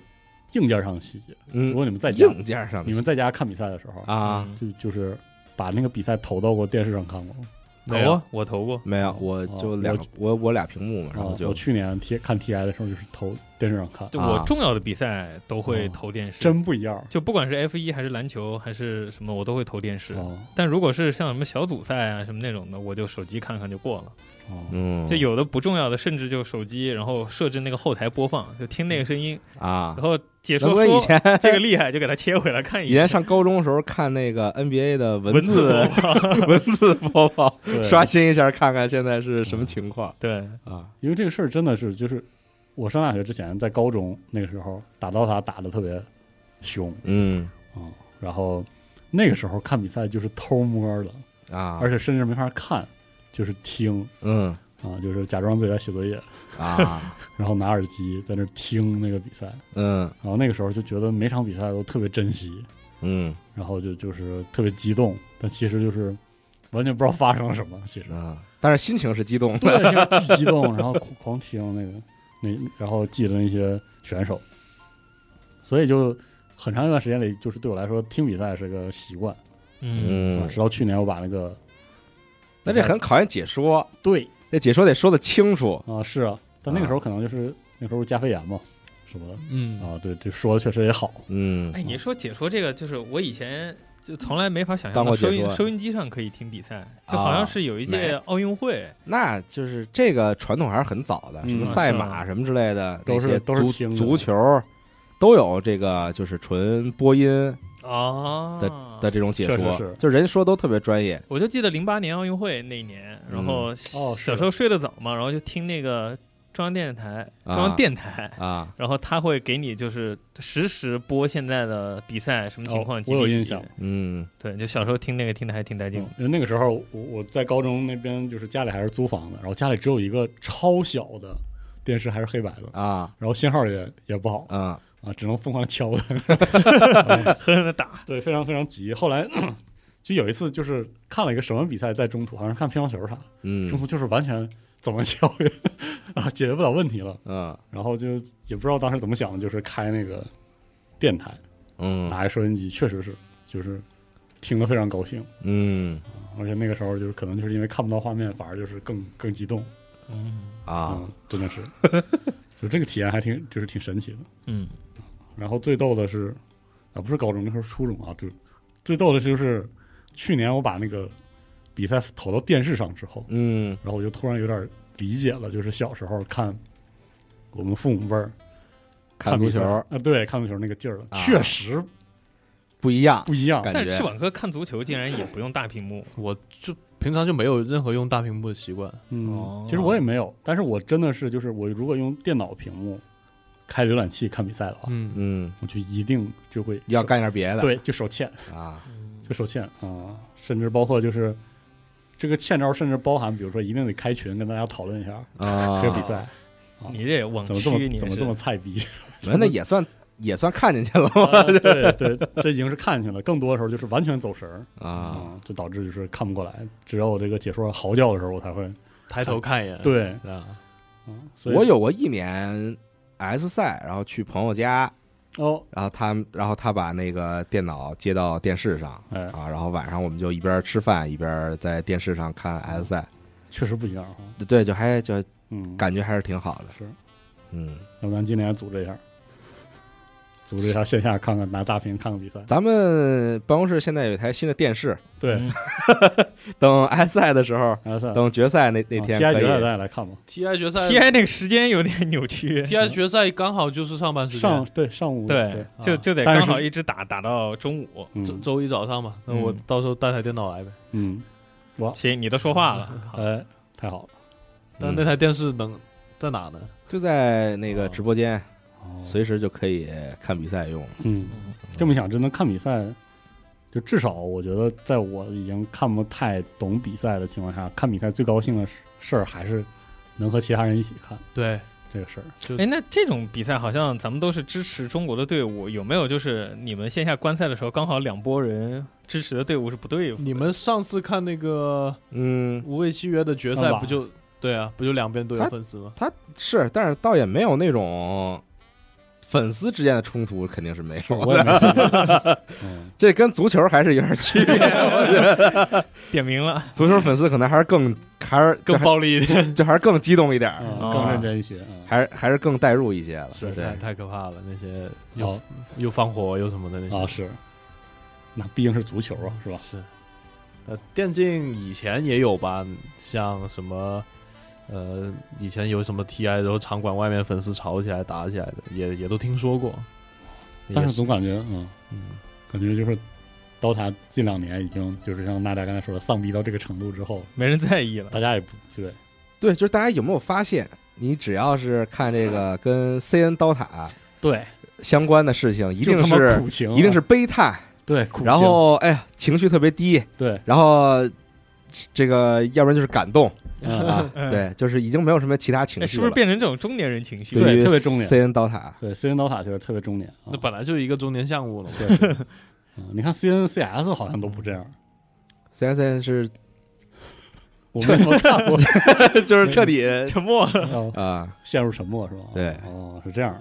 S4: 硬件上的细节，如
S2: 嗯，
S4: 果你们在家，
S2: 硬件上
S4: 你
S2: 的
S4: 们在家看比赛的时候，
S2: 啊，
S6: 嗯，
S4: 就就是把那个比赛投到过电视上看过吗。
S2: 没有
S6: 投啊，我投过，
S2: 没有，
S4: 哦
S2: 我就
S4: 哦
S2: 两我我俩屏幕嘛，然
S4: 啊
S2: 后就
S4: 我去年 T 看 TI 的时候，就是投电视上看，
S6: 就
S2: 啊
S6: 我重要的比赛都会
S4: 哦
S6: 投电视，
S4: 真不一样
S6: 就不管是 F 一还是篮球还是什么，我都会投电视。
S4: 哦
S6: 但如果是像什么小组赛啊什么那种的，我就手机看看就过了。
S4: 哦，
S2: 嗯，
S6: 就有的不重要的，甚至就手机，然后设置那个后台播放，就听那个声音，
S2: 啊
S6: 然。后解
S2: 能
S6: 说
S2: 不能
S6: 说
S2: 以前
S6: 这个厉害，就给它切回来看一
S2: 以前
S6: 眼。
S2: 上高中的时候看那个 NBA 的文
S6: 文
S2: 字
S6: 字 播
S2: 文字播报，
S4: 对嗯
S2: 刷新一下看看现在是什么情况
S6: 对，
S2: 啊？
S4: 因为这个事儿真的是，就是我上大学之前，在高中那个时候打刀塔打的特别凶
S2: 嗯
S4: 啊、然后那个时候看比赛就是偷摸的，
S2: 啊，
S4: 而且甚至没法看，就是听
S2: 嗯
S4: 啊、就是假装自己在写作业，
S2: 啊
S4: 然后拿耳机在那儿听那个比赛，
S2: 嗯
S4: 然后那个时候就觉得每场比赛都特别珍惜，
S2: 嗯
S4: 然后就就是特别激动，但其实就是完全不知道发生了什么，其 实
S2: 啊，但是心情是激动的。
S4: 对，就是巨激动，然后狂狂听那个那，然后记得那些选手，所以就很长一段时间里，就是对我来说听比赛是个习惯，
S6: 嗯，
S4: 啊直到去年我把那个
S2: 那这很考验解说，
S4: 对
S2: 这解说得说得清楚。
S4: 啊是啊，但那个时候可能就是那时候加肺炎嘛什么的
S5: 嗯，
S4: 啊，对，这说的确实也好，
S2: 嗯
S6: 哎，你说解说这个，就是我以前就从来没法想
S2: 当过
S6: 象到
S2: 解
S6: 收
S2: 说
S6: 音收音机上可以听比赛，就好
S4: 啊
S6: 像是有一届奥运会，
S2: 那就是这个传统还是很早的，
S5: 嗯
S2: 什么赛马什么之类的，
S4: 啊都是
S2: 那些
S4: 都是
S2: 足
S4: 听的
S2: 足球都有这个就是纯播音
S4: 哦
S6: 啊
S2: 的这种解
S4: 是
S2: 说，
S4: 是是
S2: 就人家说都特别专业。
S6: 我就记得零八年奥运会那一年，然后
S4: 哦是
S6: 小时候睡得早嘛，然后就听那个中央电视台，
S2: 啊
S6: 中央电台，
S2: 啊，
S6: 然后他会给你就是实时播现在的比赛什么情况，
S4: 哦
S6: 几比
S4: 我有
S6: 几
S4: 印象
S2: 嗯
S6: 对，就小时候听那个听的还挺带劲
S4: 嗯。因为那个时候我我在高中那边就是家里还是租房的，然后家里只有一个超小的电视，还是黑白的。
S2: 啊
S4: 然后信号也也不好
S2: 啊
S4: 啊，只能疯狂敲它。
S6: 狠狠的打，
S4: 对，非常非常急。后来就有一次，就是看了一个什么比赛，在中途好像是看乒乓球啥，
S2: 嗯
S4: 中途就是完全怎么敲也啊，解决不了问题了。
S2: 嗯
S4: 然后就也不知道当时怎么想的，就是开那个电台，
S2: 嗯
S4: 打开收音机，确实是就是听得非常高兴，
S2: 嗯
S4: 而且那个时候就是可能就是因为看不到画面，反而就是更更激动
S2: 啊，
S4: 嗯真的是，就这个体验还挺就是挺神奇 的。
S6: 嗯，
S4: 然后最逗的是，啊，不是高中那时候初中啊，就最逗的是就是去年我把那个比赛投到电视上之后，
S2: 嗯
S4: 然后我就突然有点理解了，就是小时候看我们父母辈儿
S2: 看足
S4: 比赛
S2: 球
S4: 啊，对，看足球那个劲儿了，
S2: 啊
S4: 确实
S2: 不一样，
S4: 不一样。
S2: 感
S6: 但是
S2: 觉
S6: 翅膀哥看足球竟然也不用大屏幕，
S5: 我就平常就没有任何用大屏幕的习惯，
S2: 哦
S4: 嗯，其实我也没有，但是我真的是就是我如果用电脑屏幕开浏览器看比赛的话，
S5: 嗯，
S2: 嗯
S4: 我就一定就会
S2: 要
S4: 手
S2: 干点别的
S4: 对，就手欠，
S2: 啊，
S4: 就手欠啊、甚至包括就是这个欠招，甚至包含比如说一定得开群跟大家讨论一下
S2: 啊哦
S4: 这个比赛，啊
S6: 你这网
S4: 怎么这
S6: 区你
S4: 么怎么
S6: 是
S4: 这么菜逼。
S2: 那也算也算看进去了
S4: 啊 对对，这已经是看去了，更多的时候就是完全走神儿
S2: 啊，
S4: 嗯就导致就是看不过来。只有这个解说嚎叫的时候，我才会
S5: 抬头看一眼，
S4: 对，
S5: 啊，
S4: 嗯，所以
S2: 哎我有过一年 S 赛，然后去朋友家，
S4: 哦，
S2: 然后他们然后他把那个电脑接到电视上。
S4: 哎，
S2: 啊，然后晚上我们就一边吃饭一边在电视上看 S 赛，
S4: 确实不一样哈，
S2: 对，就还就
S4: 嗯，
S2: 感觉还是挺好的，
S4: 是，
S2: 嗯，
S4: 要不然今年组织一下，组织一下线下看看，拿大屏看看比赛。
S2: 咱们办公室现在有一台新的电视，
S4: 对，
S2: 等 S 赛的时候，
S4: 然后赛
S2: 等决赛那那天
S4: ，T I
S2: 可
S4: 哦啊决赛
S2: 以
S4: 咱也来看吧。
S5: T I 决 赛
S6: T I 那个时间有点 扭曲，
S5: T I 决赛刚好就是上班时间，
S4: 上对上午
S6: 对，就
S5: 啊
S6: 就得
S4: 但
S6: 刚
S4: 是
S6: 好一直打打到中午。
S5: 周
S4: 嗯
S5: 周一早上嘛，那我
S6: 嗯
S5: 到时候带台电脑来呗。
S4: 嗯，
S6: 行，你都说话了，
S4: 哎，太好了，
S2: 嗯
S5: 但那台电视能在哪呢？
S2: 就在那个直播间，
S4: 哦
S2: 随时就可以看比赛用，
S4: 嗯，这么想，真能看比赛，就至少我觉得，在我已经看不太懂比赛的情况下，看比赛最高兴的事事儿还是能和其他人一起看
S5: 对，
S4: 这个事儿。
S6: 哎，那这种比赛好像咱们都是支持中国的队伍，有没有就是你们线下观赛的时候，刚好两拨人支持的队伍是不对付的？
S5: 你们上次看那个
S2: 嗯
S5: 《无畏契约》的决
S4: 那
S5: 赛
S4: 晚
S5: 不就对啊？不就两边都有粉丝吗？
S2: 是，但是倒也没有那种粉丝之间的冲突，肯定是没有
S4: 我也
S2: 的，
S4: 没看过， 嗯，
S2: 这跟足球还是有点区 别，
S6: 点名了，
S2: 足球粉丝可能还是更还是
S5: 更暴力一点，
S2: 就还是更激动一点儿，
S4: 嗯更
S2: 哦
S4: 认真一些。嗯
S2: 还是还是更带入一些了，
S4: 是
S2: 对
S5: 太太可怕了！那些又
S4: 哦
S5: 又放火又什么的那些
S4: 啊是，那毕竟是足球啊，是吧？
S5: 是，呃，电竞以前也有吧，像什么，呃，以前有什么 TI，然后场馆外面粉丝吵起来、打起来的，也也都听说过。也
S4: 但是总感觉，嗯，
S5: 嗯，
S4: 感觉就是。刀塔近两年已经就是像娜达刚才说的，丧逼到这个程度之后，
S6: 没人在意了。
S4: 大家也不对，
S2: 对，就是大家有没有发现，你只要是看这
S4: 嗯
S2: 个跟 CN 刀塔
S4: 对，
S2: 相关的事情，一
S4: 就
S2: 定
S4: 他妈
S2: 是
S4: 苦情啊，
S2: 一定是悲叹，
S4: 对苦情，
S2: 然后哎呀情绪特别低，
S4: 对，
S2: 然后这个要不然就是感动
S4: 嗯
S2: 啊，对，就是已经没有什么其他情
S6: 哎，
S2: 绪了，
S6: 是不是变成这种中年人情绪？
S4: 对特别重点
S2: CN 刀塔，
S4: 对，C N 刀塔确实特别中年啊
S5: 那。本来就是一个中年项目了嘛。
S4: 嗯你看 C N C S 好像都不这样，
S2: CSN 是
S4: 我没怎么看过，
S2: 就是彻底
S6: 沉默了。
S4: 哦
S2: 啊，
S4: 陷入沉默是吧？
S2: 对
S4: 哦，是这样，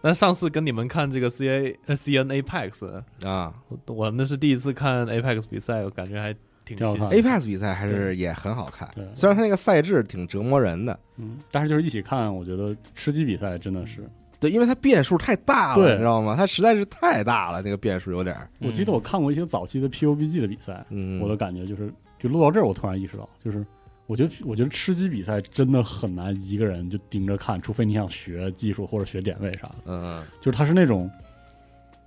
S5: 但上次跟你们看这个 CA、呃、CN Apex，
S2: 啊
S5: 我我那是第一次看 Apex 比赛，我感觉还挺
S4: 挺好
S5: 新
S4: 看
S5: 鲜。
S2: ，Apex 比赛还是也很好看
S4: 对，
S2: 虽然它那个赛制挺折磨人的，
S4: 嗯，但是就是一起看，我觉得吃鸡比赛真的是，
S2: 对，因为它变数太大了，
S4: 对
S2: 你知道吗？它实在是太大了，那个变数有点儿，
S4: 我记得我看过一些早期的 P U B G 的比赛，
S2: 嗯，
S4: 我的感觉就是，就录到这儿，我突然意识到，就是我觉得我觉得吃鸡比赛真的很难一个人就盯着看，除非你想学技术或者学点位啥的，
S2: 嗯
S4: 就是它是那种。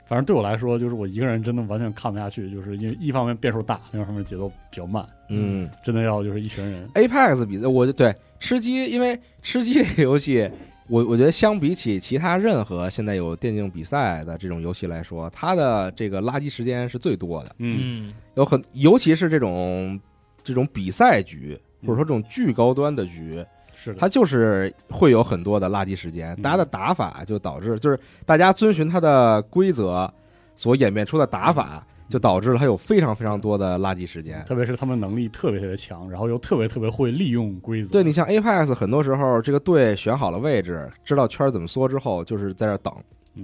S4: 反正对我来说，就是我一个人真的完全看不下去，就是因为一方面变数大，另一方面节奏比较慢，
S2: 嗯
S4: 真的要就是一群人，
S2: ，Apex 比赛，我就对吃鸡，因为吃鸡这个游戏，我我觉得相比起其他任何现在有电竞比赛的这种游戏来说，它的这个垃圾时间是最多的，
S4: 嗯，
S6: 嗯，
S2: 有很尤其是这种这种比赛局。或者说这种巨高端的局，
S4: 嗯是的，
S2: 它就是会有很多的垃圾时间，
S4: 嗯
S2: 大家的打法就导致就是大家遵循它的规则所演变出的打
S4: 嗯
S2: 法，就导致了它有非常非常多的垃圾时间。
S4: 特别是他们能力特别特别强，然后又特别特别会利用规则。
S2: 对你像 Apex，很多时候这个队选好了位置，知道圈儿怎么缩之后，就是在这儿等，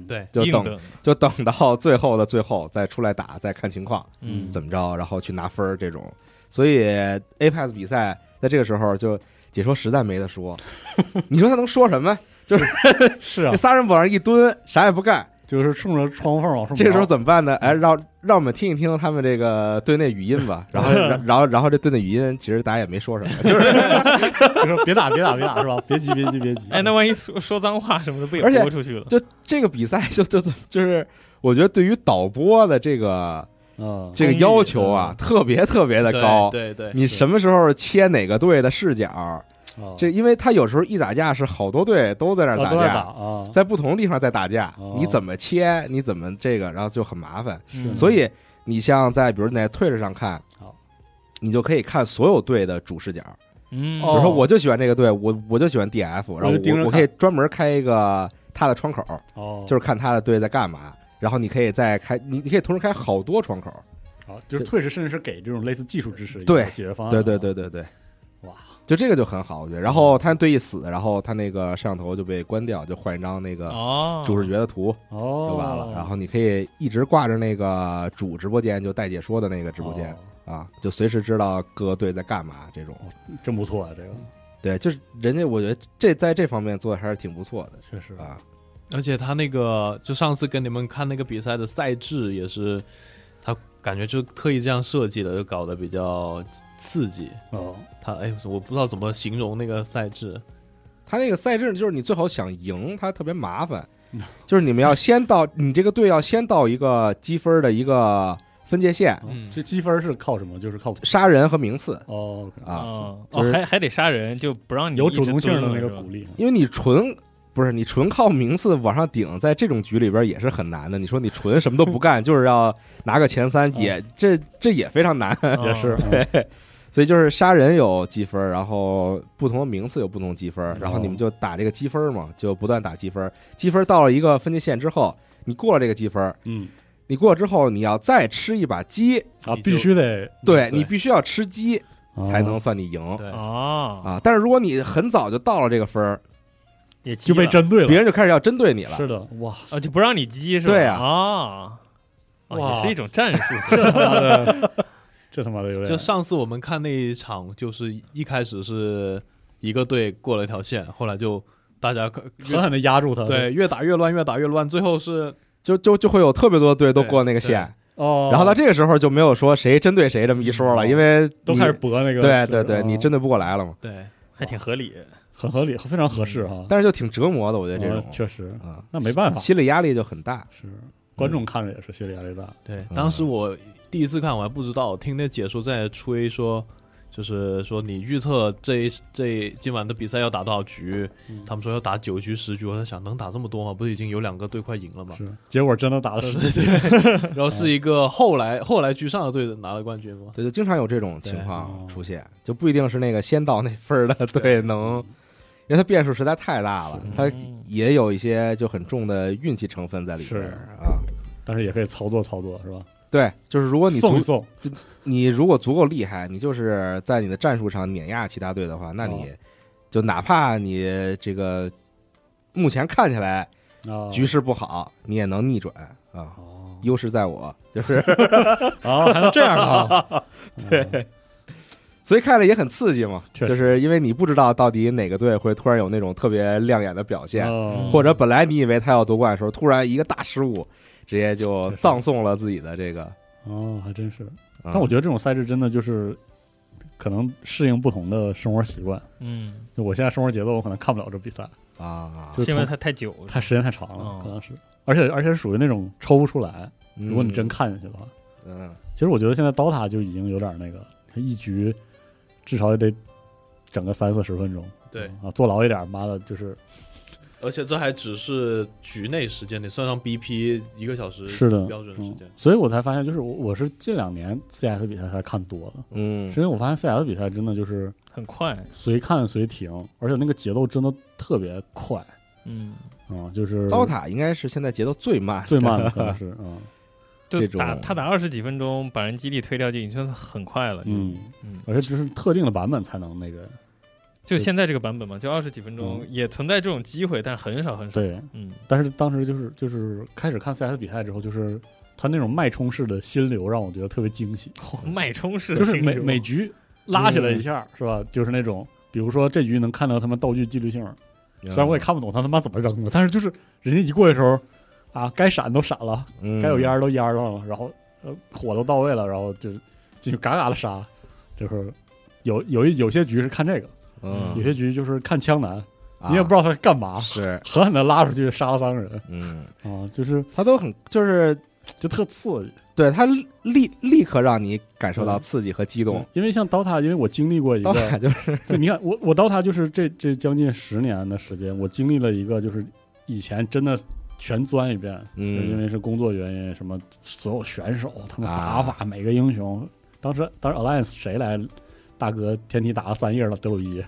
S6: 对，
S2: 就
S6: 硬
S2: 等
S6: 的，
S2: 就等到最后的最后再出来打，再看情况
S6: 嗯，
S2: 怎么着，然后去拿分儿这种。所以 Apex 比赛在这个时候就解说实在没得 说，你说他能说什么？
S4: 是啊
S2: 这，仨人往上一蹲，啥也不干，
S4: 就是冲着窗户缝往上
S2: 这个时候
S4: 跑
S2: 怎么办呢？
S5: 嗯
S2: 哎，让让我们听一听他们这个队内语音吧。 然后，然然后，然后这队内语音其实大家也没说什么，就是
S4: 就说别打别打别打是吧？别急别急别急。
S6: 哎，那万一说说脏话什么的，不也
S2: 而且
S6: 播出去了？
S2: 就这个比赛就就就是，我觉得对于导播的这个
S4: 啊，
S2: 这个要求啊，特别特别的
S5: 对
S2: 高。
S5: 嗯对对，
S2: 你什么时候切哪个队的视角？
S4: 啊
S2: 这因为他有时候一打架是好多队都在那儿
S4: 啊
S2: 打
S4: 都在打
S2: 架，
S4: 啊，
S2: 在不同地方在打架
S4: 哦，
S2: 你怎么切？你怎么这个？然后就很麻烦。
S4: 是
S2: 所以你像在比如你在 Twitch 上看
S4: 好，
S2: 你就可以看所有队的主视角。
S6: 嗯，
S2: 比如
S5: 哦
S2: 说，我就喜欢这个队，我我就喜欢 DF，然后
S4: 就盯着
S2: 我我
S4: 看
S2: 可以专门开一个他的窗口，
S4: 哦，
S2: 就是看他的队在干嘛。然后你可以再开，你你可以同时开好多窗口。
S4: 啊，就是退士甚至是给这种类似技术支持
S2: 对
S4: 一个解决方案，啊
S2: 对对，对对对，
S4: 哦哇，
S2: 就这个就很好，我觉得。然后他队一死，然后他那个摄像头就被关掉，就换一张那个
S6: 哦，
S2: 主视觉的图
S4: 嗯哦，
S2: 就完了。然后你可以一直挂着那个主直播间，就带解说的那个直播间
S4: 哦，
S2: 啊，就随时知道各队在干嘛这种。
S4: 真不错啊，这个
S2: 嗯对，就是人家，我觉得这在这方面做的还是挺不错的
S4: 确实
S2: 啊。
S5: 而且他那个就上次跟你们看那个比赛的赛制也是，他感觉就特意这样设计的，就搞得比较刺激。
S4: 哦，
S5: 他哎，我不知道怎么形容那个赛制，
S2: 他那个赛制就是你最好想赢，他特别麻烦，就是你们要先到你这个队要先到一个积分的一个分界线，
S6: 嗯
S4: 这积分是靠什么？就是靠
S2: 杀人和名次
S4: 哦，OK，
S2: 啊，
S6: 哦，
S2: 就是
S6: 哦还还得杀人，就不让你
S4: 有
S6: 一直
S4: 主动性的
S6: 蹲
S4: 那
S6: 了
S4: 个
S6: 是吧
S4: 鼓励，
S2: 因为你纯不是你纯靠名次往上顶，在这种局里边也是很难的。你说你纯什么都不干， 嗯就是要拿个前三，也这这也非常难。
S6: 也是
S4: 对，
S2: 所以就是杀人有积分，然后不同的名次有不同积分，然后你们就打这个积分嘛，就不断打积分。积分到了一个分界线之后，你过了这个积分，
S4: 嗯，
S2: 你过之后，你要再吃一把鸡，
S4: 啊，
S5: 你就
S4: 必须得
S2: 嗯对你必须要吃鸡才能
S4: 啊
S2: 算你赢
S5: 对，
S6: 哦，
S2: 啊。但是如果你很早就到了这个分儿，
S6: 也
S4: 就被
S6: 这
S4: 针对了，
S2: 别人就开始要针对你了
S4: 是。的，哇，
S6: 啊就不让你激是吧？
S2: 对啊
S6: 啊，哦
S4: 哇
S6: 也是一种战 术，
S4: 这他妈的， 这他妈的有点
S5: 就上次我们看那一场，就是一开始是一个队过了一条线，后来就大家可
S4: 狠狠的压住他，
S5: 对越打越乱，越打越乱，最后是
S2: 就就就会有特别多的队都过那个
S5: 对
S2: 线，
S4: 哦，嗯
S2: 然后到这个时候就没有说谁针对谁这么一说了，因为
S4: 都
S2: 你
S4: 开始搏那个，
S2: 对对
S4: 就是
S2: 对，你
S4: 啊
S2: 针对不过来了嘛。
S5: 对
S6: 还挺合理。
S4: 很合理，非常合适哈，
S2: 嗯但是就挺折磨的，我觉得
S4: 啊
S2: 这种
S4: 确实，
S2: 啊，
S4: 那没办法，
S2: 心理压力就很大。
S4: 是观众看着也是心理压力大，
S5: 对，当时我第一次看我还不知道，听那解说在吹说。就是说，你预测这一这今晚的比赛要打多少局？
S2: 嗯
S4: 嗯
S5: 他们说要打九局、十局。我在想，能打这么多吗？不是已经有两个队快赢了 吗？
S4: 是，结果真的打了十几，
S5: 然后是一个后来后来居上的队拿了冠军吗？
S2: 对，就经常有这种情
S5: 对
S2: 况
S4: 哦
S2: 出现，就不一定是那个先到那分儿的 队能，因为它变数实在太大了，它
S6: 嗯
S2: 也有一些就很重的运气成分在里边
S4: 是
S2: 儿啊。
S4: 但是也可以操作操作是吧？
S2: 对，就是如果你
S4: 送
S2: 足
S4: 一送，
S2: 你如果足够厉害，你就是在你的战术上碾压其他队的话，那
S4: 哦
S2: 你就哪怕你这个目前看起来
S4: 啊，
S2: 局势不好，你也能逆转啊。
S4: 哦，
S2: 优势在我，就是
S4: 啊，还能这样啊？对，
S2: 所以看着也很刺激嘛，
S4: 确
S2: 就
S4: 实
S2: 是因为你不知道到底哪个队会突然有那种特别亮眼的表现，
S4: 哦
S2: 或者本来你以为他要夺冠的时候，突然一个大失误，直接就葬送了自己的这个。
S4: 哦，还真是。
S2: 嗯
S4: 但我觉得这种赛制真的就是可能适应不同的生活习惯。
S6: 嗯，
S4: 就我现在生活节奏，我可能看不了这比赛，
S2: 啊，
S4: 就是是
S6: 因为
S4: 从
S6: 它太久了，
S4: 太时间太长
S6: 哦
S4: 了，可能是，而且而且属于那种抽不出来。
S2: 如
S4: 如果你真，看下去的话，
S2: 嗯，
S4: 其实我觉得现在 DOTA 就已经有点那个，它一局至少也得整个三四十分钟。
S5: 对，
S4: 啊，坐牢一点，妈的，就是
S5: 而且这还只是局内时间，你算上 BP 一个小时
S4: 是的
S5: 标准时间
S4: 嗯，所以我才发现，就是我我是近两年 CS 比赛才看多的，
S2: 嗯
S4: 是因为我发现 CS 比赛真的就是
S6: 很快。
S4: 随看随停，而且那个节奏真的特别快
S6: 嗯，
S4: 啊、就是
S2: 刀塔应该是现在节奏最慢，
S4: 最 慢的可能是啊，
S6: 就
S2: 这种
S6: 打他打二十几分钟，把人基地推掉就已经算很快了。
S4: 嗯
S6: 嗯
S4: 而且只是特定的版本才能那个
S6: 就现在这个版本嘛，就二十几分钟
S4: 嗯
S6: 也存在这种机会，但是很少很少。
S4: 对，
S6: 嗯，
S4: 但是当时就是就是开始看 CS 比赛之后，就是他那种脉冲式的心流让我觉得特别惊喜，
S6: 脉冲式的
S4: 就是
S6: 哦心
S4: 每
S6: 流
S4: 每局拉起来一下、是吧？就是那种比如说这局能看到他们道具纪律性，虽然我
S2: 嗯
S4: 也看不懂他他妈怎么扔的，但是就是人家一过的时候啊，该闪都闪了，
S2: 嗯
S4: 该有烟儿都烟儿上了，然后呃火都到位了，然后就就嘎嘎的杀，就是有有一有些局是看这个，有
S2: 嗯，
S4: 些局就是看枪男，
S2: 啊
S4: 你也不知道他干嘛，
S2: 是
S4: 狠狠的拉出去杀了三个人
S2: 嗯，
S4: 啊，就是
S2: 他都很就是
S4: 就特刺激。
S2: 对他立立刻让你感受
S4: 嗯
S2: 到刺激和激动
S4: 对，因为像刀塔，因为我经历过一
S2: 刀
S4: 个，
S2: 塔就是
S4: 就你看我我刀塔就是这这将近十年的时间，我经历了一个就是以前真的全钻一遍，
S2: 嗯
S4: 因为是工作原因，什么所有选手他们打
S2: 啊
S4: 法、每个英雄，当时当时 Alliance 谁来，大哥天梯打了三页了，德鲁伊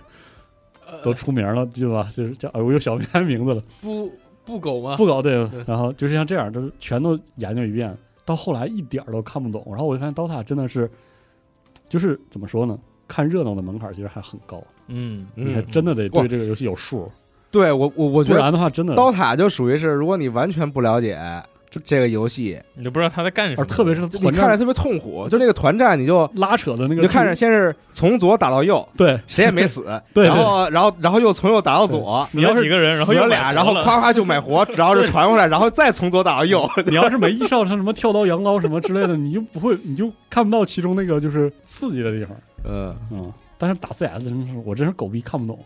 S4: 都出名了，对吧？就是叫哎，我又想不起来名字了，
S5: 不不狗吗？
S4: 不搞对
S5: 啊对，
S4: 然后就是像这样，就是全都研究一遍，到后来一点儿都看不懂，然后我就发现 DOTA 真的是，就是怎么说呢？看热闹的门槛其实还很高，
S6: 嗯
S4: 你还
S2: 嗯，
S4: 真的得
S2: 哇
S4: 对这个游戏有数，
S2: 对我我我觉
S4: 不
S2: 得
S4: 然的话真的，
S2: 刀塔就属于是，如果你完全不了解这这个游戏，
S6: 你都不知道他在干什
S4: 而哦
S6: 么，
S4: 特 别是
S2: 你
S4: 团
S2: 看着
S4: 战
S2: 特别痛苦，就那个团战你就。
S4: 拉扯的那
S2: 你
S4: 个，
S2: 就看着，先是从左打到右，
S4: 对
S2: 谁也没死，
S4: 对
S2: 然后然后然后又从右打到左，
S6: 死了几个人，然后
S2: 死
S6: 又
S2: 了
S6: 买
S2: 俩，
S6: 活
S2: 然后
S6: 了
S2: 夸夸就买 活，然后就传过来，然后再从左打到右，
S4: 你要是没意识到像什么跳刀、羊羔什么之类的，你就不会，你就看不到其中那个就是刺激的地方。
S2: 嗯，
S4: 嗯，但是打 CS 真是，我真是狗逼看不懂，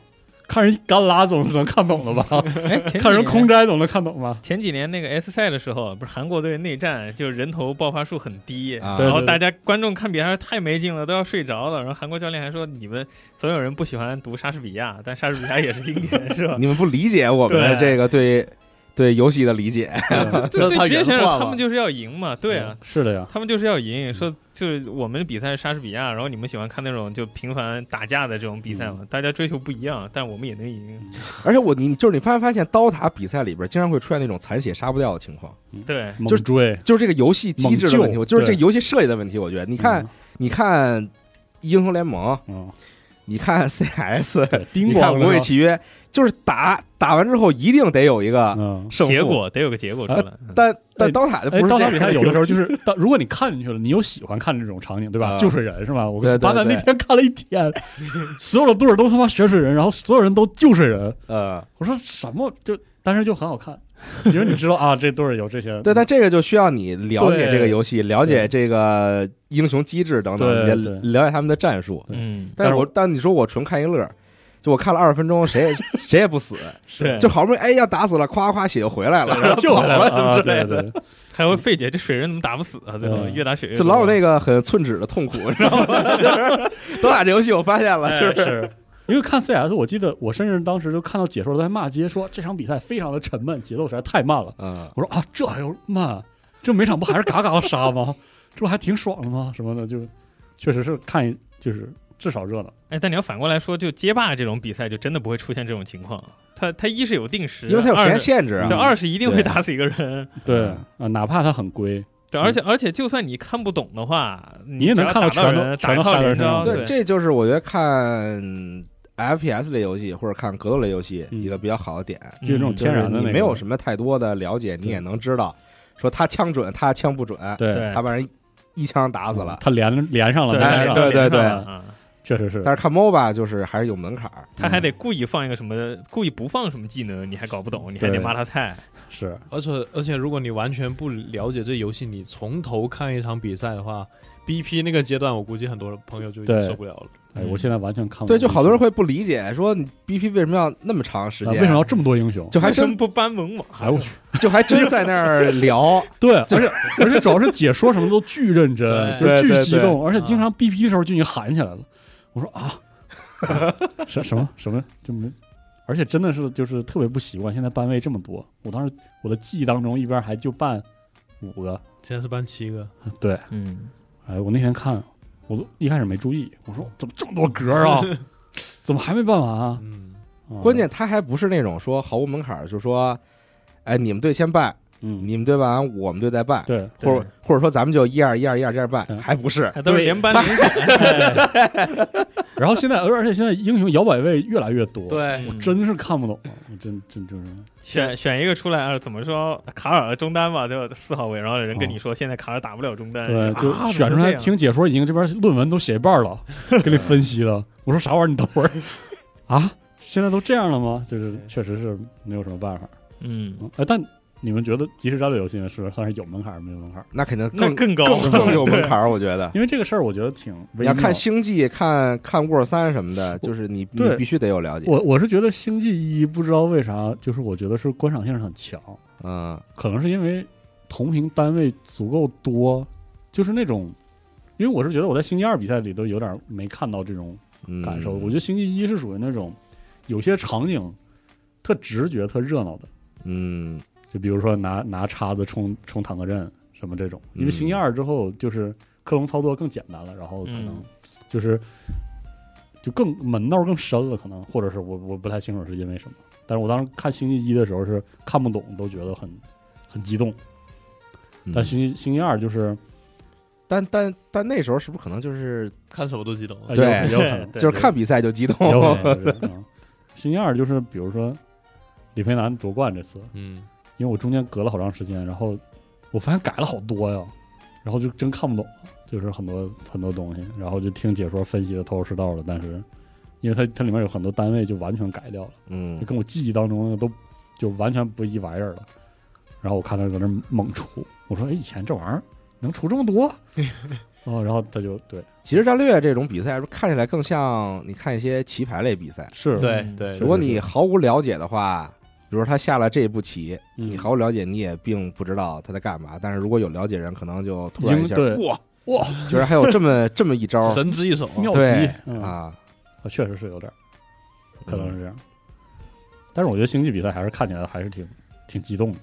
S4: 看人一干拉总是能看懂 了吧？
S6: 哎，前几
S4: 看人
S6: 年
S4: 空摘总能看懂吧？
S6: 前几年那个 S 赛的时候，不是韩国队内战，就是人头爆发数很低，
S2: 啊
S6: 然
S4: 对
S6: 后
S4: 对对
S6: 大家观众看比赛太没劲了，都要睡着了。然后韩国教练还说：“你们总有人不喜欢读莎士比亚，但莎士比亚也是经 典，是吧
S2: 你们不理解我们的
S6: 对
S2: 这个对对游戏的理解，？”
S5: 这
S6: 对对，
S5: 他
S6: 职业
S5: 原
S6: 选手
S5: 话
S6: 他
S5: 吧
S6: 们就是要赢嘛， 对
S2: 嗯
S6: 啊，
S4: 是的呀，
S6: 他们就是要赢。说就是我们比赛是莎士比亚，然后你们喜欢看那种就频繁打架的这种比赛
S2: 嗯
S6: 嘛，大家追求不一样，但我们也能赢。
S2: 而且我你就是你发没发现刀塔比赛里边经常会出现那种残血杀不掉的情况，
S6: 对，
S4: 猛
S2: 就是
S4: 追。
S2: 就是这个游戏机制的问题，
S4: 猛
S2: 我
S4: 救
S2: 就是这
S4: 对
S2: 个游戏设计的问题，我觉得你看你看英雄联盟，
S4: 嗯，
S2: 你看 CS，
S4: 嗯，叮
S2: 你看《
S4: 咣
S2: 无畏契约》，就是打打完之后一定得有一个
S4: 嗯，
S2: 胜负呃
S6: 结。果得有个结果出来。嗯
S2: 但但
S4: 哎
S2: 刀塔就不
S4: 哎，
S2: 是
S4: 刀
S2: 这样的
S4: 塔比 赛有的时候就
S2: 游戏
S4: 是，当如果你看进去了，你又喜欢看这种场景，对吧？
S2: 啊
S4: 救水人是吧？我
S2: 对对
S4: 完了
S2: 对
S4: 那天看了一天，所有的队儿都他妈选水人，然后所有人都救水人，
S2: 呃，
S4: 我说什么就，但是就很好看，因为你知道啊，这队儿有这些，
S2: 对，但这个就需要你了解
S4: 对
S2: 这个游戏，了解这个英雄机制等等，
S4: 对
S2: 也
S4: 对
S2: 了解他们的战术。
S6: 嗯，
S2: 但是
S4: 但
S2: 我但你说我纯看一乐，就我看了二十分钟，谁也谁也不死，
S6: 对，
S2: 就好不容易哎呀打死了，夸夸血 就回来了，然后
S4: 救
S2: 跑
S4: 回来
S2: 了什么
S4: 啊
S2: 之类的，
S4: 对对对
S6: 还会费解这水人怎么打不死啊？最后
S4: 嗯
S6: 越打水越
S2: 就
S6: 多
S2: 老有那个很寸指的痛苦，你知道吗？ 就是刀塔这游戏我发现了，就是
S4: 是因为看 CS，我记得我甚至当时就看到解说都在骂街，说这场比赛非常的沉闷，节奏实在太慢了。
S2: 嗯
S4: 我说啊，这还有慢？这每场不还是嘎嘎的杀吗？这不还挺爽的吗？什么的，就确实是看一，就是至少热闹。
S6: 哎，但你要反过来说，就街霸这种比赛，就真的不会出现这种情况。它它一是有定时，
S2: 因为它有时
S6: 二
S2: 间
S6: 是
S2: 限制啊
S6: 对，
S4: 嗯
S6: 二是一定会
S2: 对
S6: 打死一个人。
S4: 对啊，哪怕它很规，
S6: 对，而且
S2: 嗯
S6: 而且，就算你看不懂的话，你
S4: 也能
S6: 只要
S4: 看到
S6: 打到
S4: 全都
S6: 人，打
S4: 全都
S6: 一套
S4: 嗨
S6: 连
S4: 人上
S6: 招。
S2: 对，这就是我觉得看 FPS 类游戏或者看格斗类游戏
S4: 嗯
S2: 一个比较好的点，
S4: 就这种
S6: 嗯
S2: 就是
S4: 天然的那
S2: 你
S4: 个
S2: 没有什么太多的了解，你
S4: 对
S2: 也能知道，说他枪准，他枪不准，
S4: 对嗯
S6: 对
S2: 他把人一枪打死了。
S4: 他连连上了，
S6: 对
S4: 没连上
S2: 对对对
S6: 啊
S4: 确实是。
S2: 但是看 MOBA 就是还是有门槛儿，
S6: 他还得故意放一个什么，故意不放什么技能，你还搞不懂，你还得
S4: 对
S6: 骂他菜。
S4: 是
S5: 而且而且，如果你完全不了解这游戏，你从头看一场比赛的话，BP 那个阶段，我估计很多朋友就已经
S4: 对
S5: 受不了了。
S4: 哎，我现在完全看不
S2: 嗯对，
S4: 懂
S2: 就好多人会不理解，说你 BP 为什么要那么长时
S4: 啊
S2: 间？
S4: 为什么要这么多英雄？
S2: 就还
S6: 为什么
S2: 真
S6: 不搬文网？
S4: 哎我
S2: 就还真在那儿聊，
S4: 对，而且而且主要是解说什么都巨认真，就
S2: 对对
S4: 是巨
S2: 对啊
S4: 激动，而且经常 BP 的时候就已经喊起来了。我 说啊，啊什什么什么就没，而且真的是就是特别不习惯，现在班位这么多，我当时我的记忆当中一边还就办五个，
S5: 现在是班七个，
S4: 对，
S6: 嗯，
S4: 哎，我那天看我都一开始没注意，我说怎么这么多格 啊？怎么还没办完啊？
S5: 嗯，
S4: 啊
S2: 关键他还不是那种说毫无门槛儿，就说，哎，你们队先办，
S4: 嗯，
S2: 你们对半完，我们队再办，
S4: 对，
S2: 或者或者说咱们就一二一二一二这样办，
S4: 嗯
S2: 还不是
S6: 还都是
S4: 对
S6: 连扳连选，
S4: 然后现在，而而且现在英雄摇摆位越来越多，，
S2: 对
S6: 嗯
S4: 真是看不懂，我真真就是
S6: 选选一个出来啊？怎么说卡尔中单吧，对吧？四号位，然后人跟你说现在卡尔打不了中单，
S4: 对，
S6: 啊
S4: 就选出来。听解说已经这边论文都写一半了，给你分析了。我说啥玩意儿？你等会儿啊？现在都这样了吗？就是确实是没有什么办法。
S6: 怎么这样嗯，
S4: 嗯哎，但你们觉得即时战略游戏呢，是算是有门槛儿没有门槛儿？
S2: 那肯定
S6: 那
S2: 更
S6: 更高，
S2: 更有门槛儿，我觉得。
S4: 因为这个事儿，我觉得挺微
S2: 你
S4: 妙
S2: 要
S4: 的。
S2: 看星际，看看沃尔三什么的，就是你你
S4: 对
S2: 必须得有了解。
S4: 我我是觉得《星际一》不知道为啥，就是我觉得是观赏性很强，
S2: 嗯，
S4: 可能是因为同屏单位足够多，就是那种，因为我是觉得我在《星际二》比赛里都有点没看到这种
S2: 嗯
S4: 感受。我觉得《星际一》是属于那种有些场景特直觉、特热闹的，
S2: 嗯
S4: 就比如说拿拿叉子冲冲坦克阵什么这种。因为
S2: 嗯
S4: 《星际二》之后就是克隆操作更简单了，然后可能
S6: 嗯
S4: 就是就更门道更深了，可能或者是我我不太清楚是因为什么。但是我当时看《星际一》的时候是看不懂，都觉得很很激动。
S2: 嗯
S4: 但《星际星际二》就是
S2: 但但但那时候是不是可能就是
S5: 看什么都激动。
S4: 呃
S2: 对
S4: 有有可能
S2: 就是看比赛就激动？
S4: 有可能 就是嗯星际二就是比如说李培南夺冠这次，
S5: 嗯，
S4: 因为我中间隔了好长时间，然后我发现改了好多呀，然后就真看不懂了，就是很多很多东西，然后就听解说分析的头头是道的，但是因为它它里面有很多单位就完全改掉了，就
S2: 嗯
S4: 跟我记忆当中的都就完全不一玩意儿了。然后我看他在那儿猛出，我说哎，以前这玩意儿能出这么多？ 哦，然后他就对，
S2: 其实战略这种比赛，看起来更像你看一些棋牌类比赛。
S4: 是
S5: 对
S6: 嗯
S5: 对
S2: 如，果你毫无了解的话，比如说他下了这一步棋，
S4: 你
S2: 你毫无了解，你也并不知道他在干嘛。但是如果有了解人，可能就突然一
S4: 经
S2: 下，
S4: 对
S5: 哇，
S2: 居然还有这 么这么一招
S5: 神之一手，
S4: 妙
S2: 对
S4: 极、嗯、
S2: 啊！
S4: 啊，确实是有点儿，可能是这样。
S2: 嗯
S4: 但是我觉得星际比赛还是看起来还是挺挺激动的。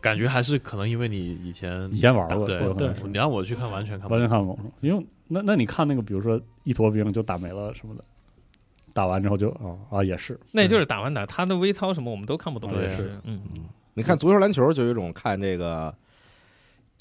S5: 感觉还是可能因为你以前
S4: 以前玩过，
S5: 对
S4: 有啊可能是
S5: 你让我去看完全看不
S4: 完全
S5: 懂。
S4: 看不懂，因为那那你看那个，比如说一坨兵就打没了什么的，打完之后就啊啊也是，
S6: 那也就是打完打，他的微操什么我们都看不懂，
S4: 对
S6: 也
S5: 是
S6: 是，嗯，
S2: 你看足球、篮球，就有一种看这个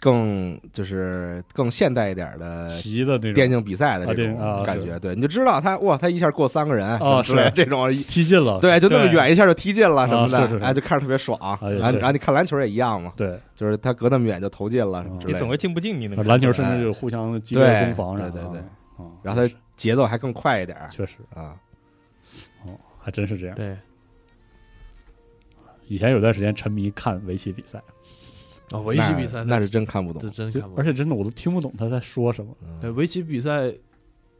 S2: 更就是更现代一点的
S4: 齐的那种
S2: 呃电竞比赛的这
S4: 啊电竞啊
S2: 种感觉。
S4: 是
S2: 对，你就知道他哇，他一下过三个人
S4: 哦
S2: 之类的
S4: 是
S2: 这种。
S4: 踢进了，
S2: 对，就那么
S6: 对
S2: 远一下就踢进了什么的，
S4: 啊是是是
S2: 哎，就看着特别爽。
S4: 也是
S2: 然后然后你看篮球也一样嘛，
S4: 对，
S2: 就是他隔那么远就投进了
S4: 啊
S2: 什么之
S6: 你
S2: 类
S6: 总
S2: 的，
S6: 归进不进你能看
S4: 篮球
S6: 出来
S4: 甚至有互相激烈攻防啥
S2: 哎对
S4: 的，
S2: 对对对
S4: 啊，
S2: 然后他节奏还更快一点儿
S4: 确实
S2: 啊。
S4: 哦，还真是这样。
S5: 对，
S4: 以前有段时间沉迷看围棋比赛，
S5: 啊，围棋比赛
S2: 那那是真看不懂
S5: 这，真
S4: 就
S5: 看不
S4: 而。
S5: 懂
S4: 且真的我都听不懂他在说什么，
S5: 对，
S2: 嗯
S5: 围棋比赛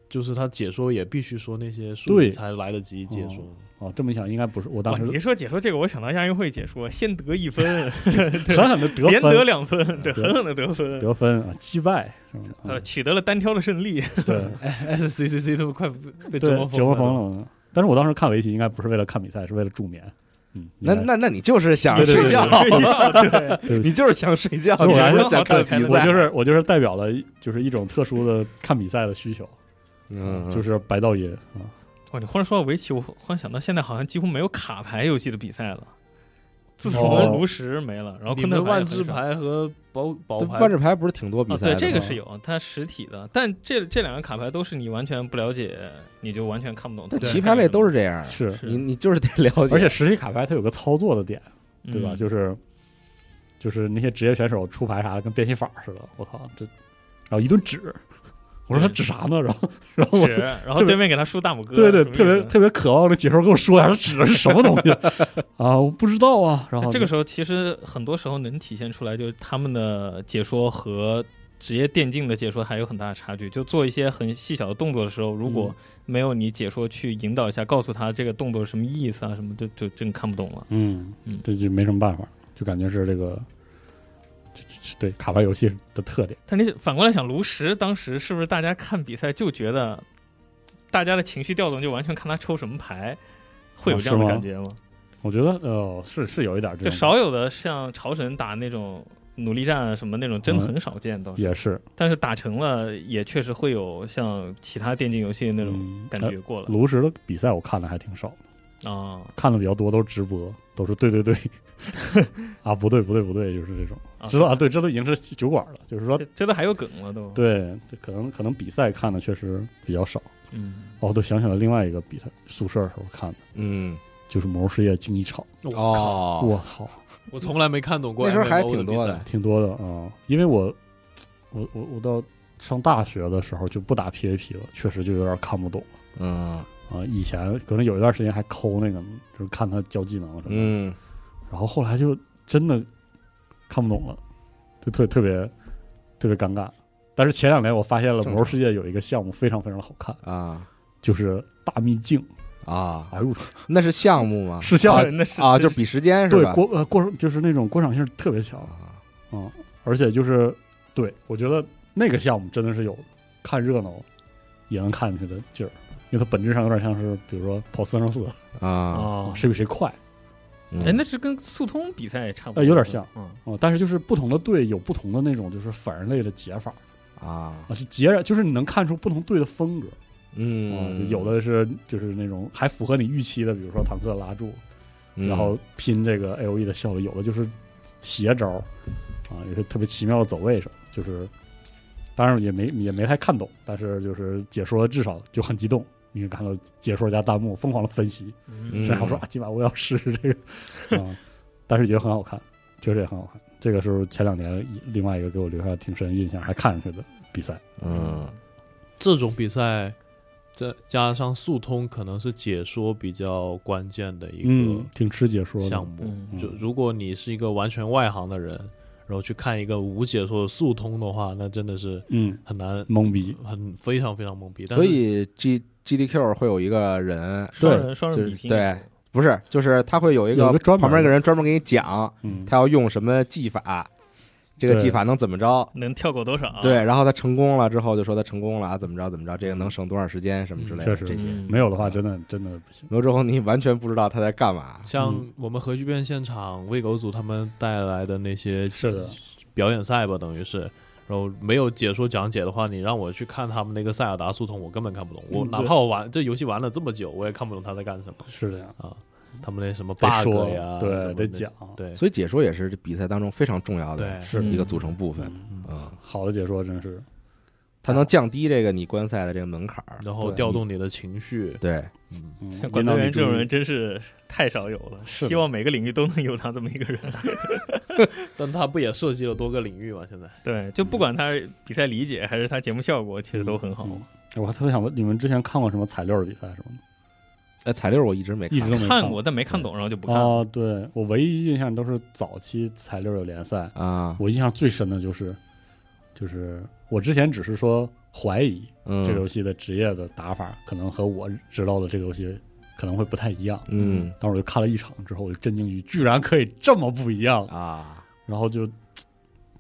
S5: 就是他解说也必须说那些术
S4: 对
S5: 语才来得及解说。
S4: 哦，这么一想应该不是我当
S6: 哇，你一
S4: 时
S6: 说解说这个，我想到亚运会解说，先得一分，
S4: 狠狠的得
S6: 连得
S4: 分
S6: 两分，对，
S4: 对
S6: 狠狠的得 分，
S4: 得分啊，击败什么的
S6: 呃，
S4: 啊，
S6: 取得了单挑的胜 利。
S4: 对。
S6: 哎
S5: S C C C 这么快被
S4: 对，
S5: 折
S4: 折磨
S5: 磨
S4: 疯
S5: 了。
S4: 了我。但是我当时看围棋，应该不是为了看比赛，是为了助眠。嗯，
S2: 那
S4: 应该
S2: 那那你就是
S6: 啊
S2: 想
S4: 对对
S2: 睡
S4: 对
S2: 觉，
S6: 对，
S4: 对
S2: 你就是想睡觉，
S4: 所以
S2: 你
S4: 我还
S2: 不
S4: 是
S2: 是想看比
S4: 我
S2: 赛，
S4: 就是我就是代表了一就是一种特殊的看比赛的需求，
S2: 嗯，
S4: 就是是白噪音啊，
S6: 哇，你忽然说到围棋，我忽然想到现在好像几乎没有卡牌游戏的比赛了。自
S4: 哦
S6: 从炉石没了，然后
S5: 你
S6: 昆
S5: 们
S6: 特
S5: 万
S6: 也很
S5: 智
S6: 少
S5: 牌和宝宝牌
S2: 万智牌不是挺多比
S6: 啊，
S2: 赛的
S6: 对，
S2: 吗，
S6: 这个是有，它实体的，但这这两个卡牌都是你完全不了解，你就完全看不懂它
S2: 但
S6: 干什
S2: 棋
S6: 么。
S2: 牌类都是这样，
S4: 是，
S6: 是
S2: 你你就是得了解，
S4: 而且实体卡牌它有个操作的点，
S6: 嗯
S4: 对吧？就是就是那些职业选手出牌啥的，跟变戏法似的，我操，这然后一顿指，我说他指啥呢？ 然后然后我
S6: 是，然
S4: 特
S6: 后
S4: 别
S6: 对面给他竖大拇哥，
S4: 对对，
S6: 什么
S4: 特
S6: 意
S4: 别
S6: 思
S4: 特别渴望这解说给我说一下，他指的是什么 东西啊？我不知道啊。然后
S6: 这个时候其实很多时候能体现出来，就是他们的解说和职业电竞的解说还有很大的差距。就做一些很细小的动作的时候，如
S4: 嗯
S6: 果没有你解说去引导一下，告诉他这个动作是什么意思啊，什么就就真看不懂了。
S4: 嗯
S6: 嗯，
S4: 这就没什么办法，就感觉是这个，这这这对卡牌游戏的特点。
S6: 但你反过来想，炉石当时是不是大家看比赛就觉得，大家的情绪调动就完全看他抽什么牌，会有这样的
S4: 啊是吗
S6: 感觉吗？
S4: 我觉得呃，是是有一点这
S6: 就
S4: 种
S6: 少有的像朝神打那种努力战啊什么那种，真的
S4: 嗯
S6: 很少见，倒是。
S4: 也是
S6: 但是打成了，也确实会有像其他电竞游戏那种
S4: 嗯
S6: 感
S4: 呃
S6: 觉过了。
S4: 炉石的比赛我看的还挺少的，
S6: 啊
S4: 看的比较多都是直播，都是对对对， 啊不对不对不对，就是这种，
S6: 啊
S4: 知道啊对，这都已经是酒馆了，就是说
S6: 这这都还有梗了都。，
S4: 嗯对，这可能可能比赛看的确实比较少。
S6: 嗯，
S4: 哦，对，想起来另外一个比赛，宿舍的时候看的，
S2: 嗯，
S4: 就是魔兽世界竞技场，
S2: 哦，
S4: 我靠，
S5: 我从来没看懂过
S2: 那时候
S5: MMO
S2: 还挺多
S5: 的
S2: 的
S5: 比赛，
S4: 挺多的啊、因为我我我我到上大学的时候就不打 PVP 了，确实就有点看不懂了
S2: 嗯
S4: 啊、以前可能有一段时间还抠那个，就是看他教技能什么的，
S2: 嗯，
S4: 然后后来就真的看不懂了，就特特别特别尴尬。但是前两年我发现了《
S2: 正常
S4: 魔兽世界》有一个项目非常非常好看，
S2: 啊
S4: 就是大秘境。
S2: 啊，
S4: 哎呦，
S2: 那是项目吗？
S4: 是项目
S6: 那是
S2: 啊，
S6: 真
S2: 就是比时间是
S4: 对
S2: 吧？
S4: 过呃过就是那种观赏性特别强，
S2: 啊
S4: 而且就是对我觉得那个项目真的是有看热闹也能看进去的劲儿，因为它本质上有点像是比如说跑三乘四，
S2: 啊，
S6: 啊，
S4: 谁比谁快
S2: 嗯
S6: 哎，那是跟速通比赛也差不多，
S4: 呃有点像
S6: 嗯
S4: 啊、但是就是不同的队有不同的那种就是反人类的解法
S2: 啊，
S4: 啊，就截然就是你能看出不同队的风格。啊，就
S2: 嗯，
S4: 有的是就是那种还符合你预期的，比如说坦克拉住，
S2: 嗯，
S4: 然后拼这个 A O E 的效率；有的就是邪招儿啊，有些特别奇妙的走位什么，就是当然也没也没太看懂，但是就是解说至少就很激动，因为看到解说加弹幕疯狂的分析，
S2: 嗯
S6: 嗯，
S4: 甚至还说啊，今晚我要试试这个啊，但是也很好看，确实也很好看。这个是前两年另外一个给我留下挺深印象，还看上去的比赛。
S2: 嗯
S5: 这种比赛，再加上速通，可能是解说比较关键的一
S4: 嗯，挺吃解说
S5: 个
S4: 的，
S5: 项目。
S6: 嗯
S5: 就如果你是一个完全外行的人，然后去看一个无解说的速通的话，那真的是
S4: 嗯，
S5: 很难，
S4: 懵逼。
S5: 很非常非常懵逼。但
S2: 所
S5: 是
S2: 以 G G D Q 会有一个人，
S6: 双
S4: 对
S6: 人双
S2: 就
S6: 人
S2: 是
S6: 比拼，
S2: 对，不是，就是他会有一
S4: 有一个专门
S2: 旁边一个人专门给你讲，
S4: 嗯，
S2: 他要用什么技法，这个
S4: 对啊
S2: 技法能怎么着？
S6: 能跳过多少？啊
S2: 对，，然后他成功了之后，就说他成功了啊，怎么着怎么着，这个能省多长时间什么之类的
S4: 确实
S2: 这些。
S6: 嗯
S4: 没有的话，真的真的不行。
S2: 没有之后，你完全不知道他在干嘛。
S5: 像
S4: 嗯
S5: 我们核聚变现场喂狗组他们带来的那些
S4: 是的，
S5: 表演赛吧，等于是。然后没有解说讲解的话，你让我去看他们那个塞尔达速通，我根本看不懂。我
S4: 嗯
S5: 哪
S4: 对
S5: 怕我玩这游戏玩了这么久，我也看不懂他在干什么
S4: 是这样，
S5: 啊。他们那什么
S4: 得
S5: bug
S4: 说
S5: 呀，什么
S4: 对，
S5: 的
S4: 得讲，嗯
S5: 对
S2: 所以解说也是这比赛当中非常重要的
S5: 对
S6: 是
S2: 一个组成部分
S4: 嗯，
S2: 啊，
S4: 好的解说真是
S2: 它能降低这个你观赛的这个门槛儿，
S5: 然后
S2: 对
S5: 调动你的情绪，
S2: 对，
S5: 嗯，
S4: 嗯
S6: 像管
S4: 引导
S6: 道
S4: 你
S6: 员这种
S4: 注意
S6: 人真是太少有了，
S4: 是的
S6: 希望每个领域都能有他这么一个 人。
S5: 但他不也涉及了多个领域嘛？现在
S6: 对，就不管他比赛理解还是他节目效果，其实都很好。啊
S4: 嗯哎我还特别想问，你们之前看过什么彩六的比赛什么的？
S2: 呃，彩六我一直没
S4: 一直嗯都没
S6: 看
S4: 过
S6: 过，但没看懂，然后就不看了。
S4: 啊。对我唯一印象都是早期彩六的联赛，
S2: 啊，
S4: 我印象最深的就是，就是我之前只是说怀疑
S2: 嗯，
S4: 这个游戏的职业的打法可能和我知道的这个游戏可能会不太一样。
S2: 嗯
S4: 当时我就看了一场之后，我就震惊于居然可以这么不一样，
S2: 啊，
S4: 然后就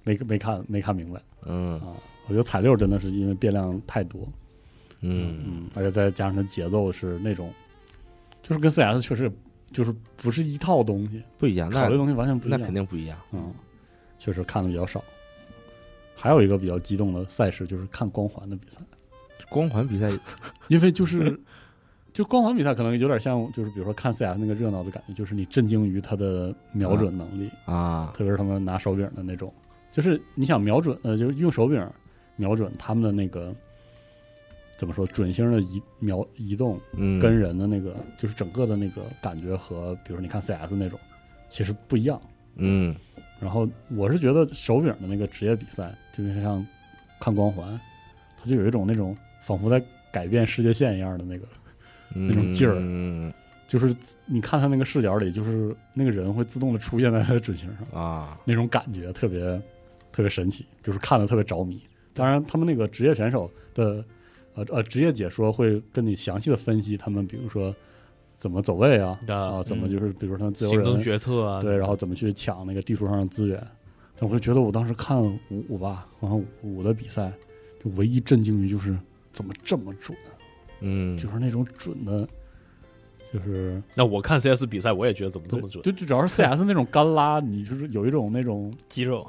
S4: 没没看没看明白
S2: 嗯
S4: 啊。我觉得彩六真的是因为变量太多，
S2: 嗯
S4: 而且再加上它节奏是那种，就是跟 CS 确实就是不是一套东西，
S2: 不一样，
S4: 考
S2: 那
S4: 虑的东西完全不一
S2: 那
S4: 样。
S2: 肯定不一样，
S4: 嗯，确实看的比较少。还有一个比较激动的赛事就是看光环的比赛，
S2: 光环比赛
S4: 因为就是 就光环比赛可能有点像就是比如说看 CS 那个热闹的感觉，就是你震惊于它的瞄准能力，
S2: 啊，
S4: 特别是他们拿手柄的那种，就是你想瞄准，呃，就是用手柄瞄准他们的那个怎么说准星的移瞄移动
S2: 嗯，
S4: 跟人的那个，就是整个的那个感觉和比如说你看 CS 那种其实不一样。
S2: 嗯
S4: 然后我是觉得手柄的那个职业比赛，就是像看光环，它就有一种那种仿佛在改变世界线一样的那个，
S2: 那
S4: 种劲儿
S2: 嗯
S4: 就是你看他那个视角里，就是那个人会自动的出现在他的准星上。
S2: 啊，
S4: 那种感觉特别特别神奇，就是看的特别着迷。当然，他们那个职业选手的呃呃职业解说会跟你详细的分析他们，比如说怎么走位啊
S5: 啊
S4: 啊，怎么
S6: 嗯
S4: 就是比如说他们自由
S5: 行动
S4: 人
S5: 决策啊，
S4: 对，然后怎么去抢那个地图上的资源。但我就觉得我当时看五五吧，然后五的比赛，就唯一震惊于就是怎么这么准，啊
S2: 嗯，
S4: 就是那种准的，就是
S5: 那我看 CS 比赛，我也觉得怎么这么准？
S4: 就就主要是 CS 那种干拉，你就是有一种那种
S6: 肌肉，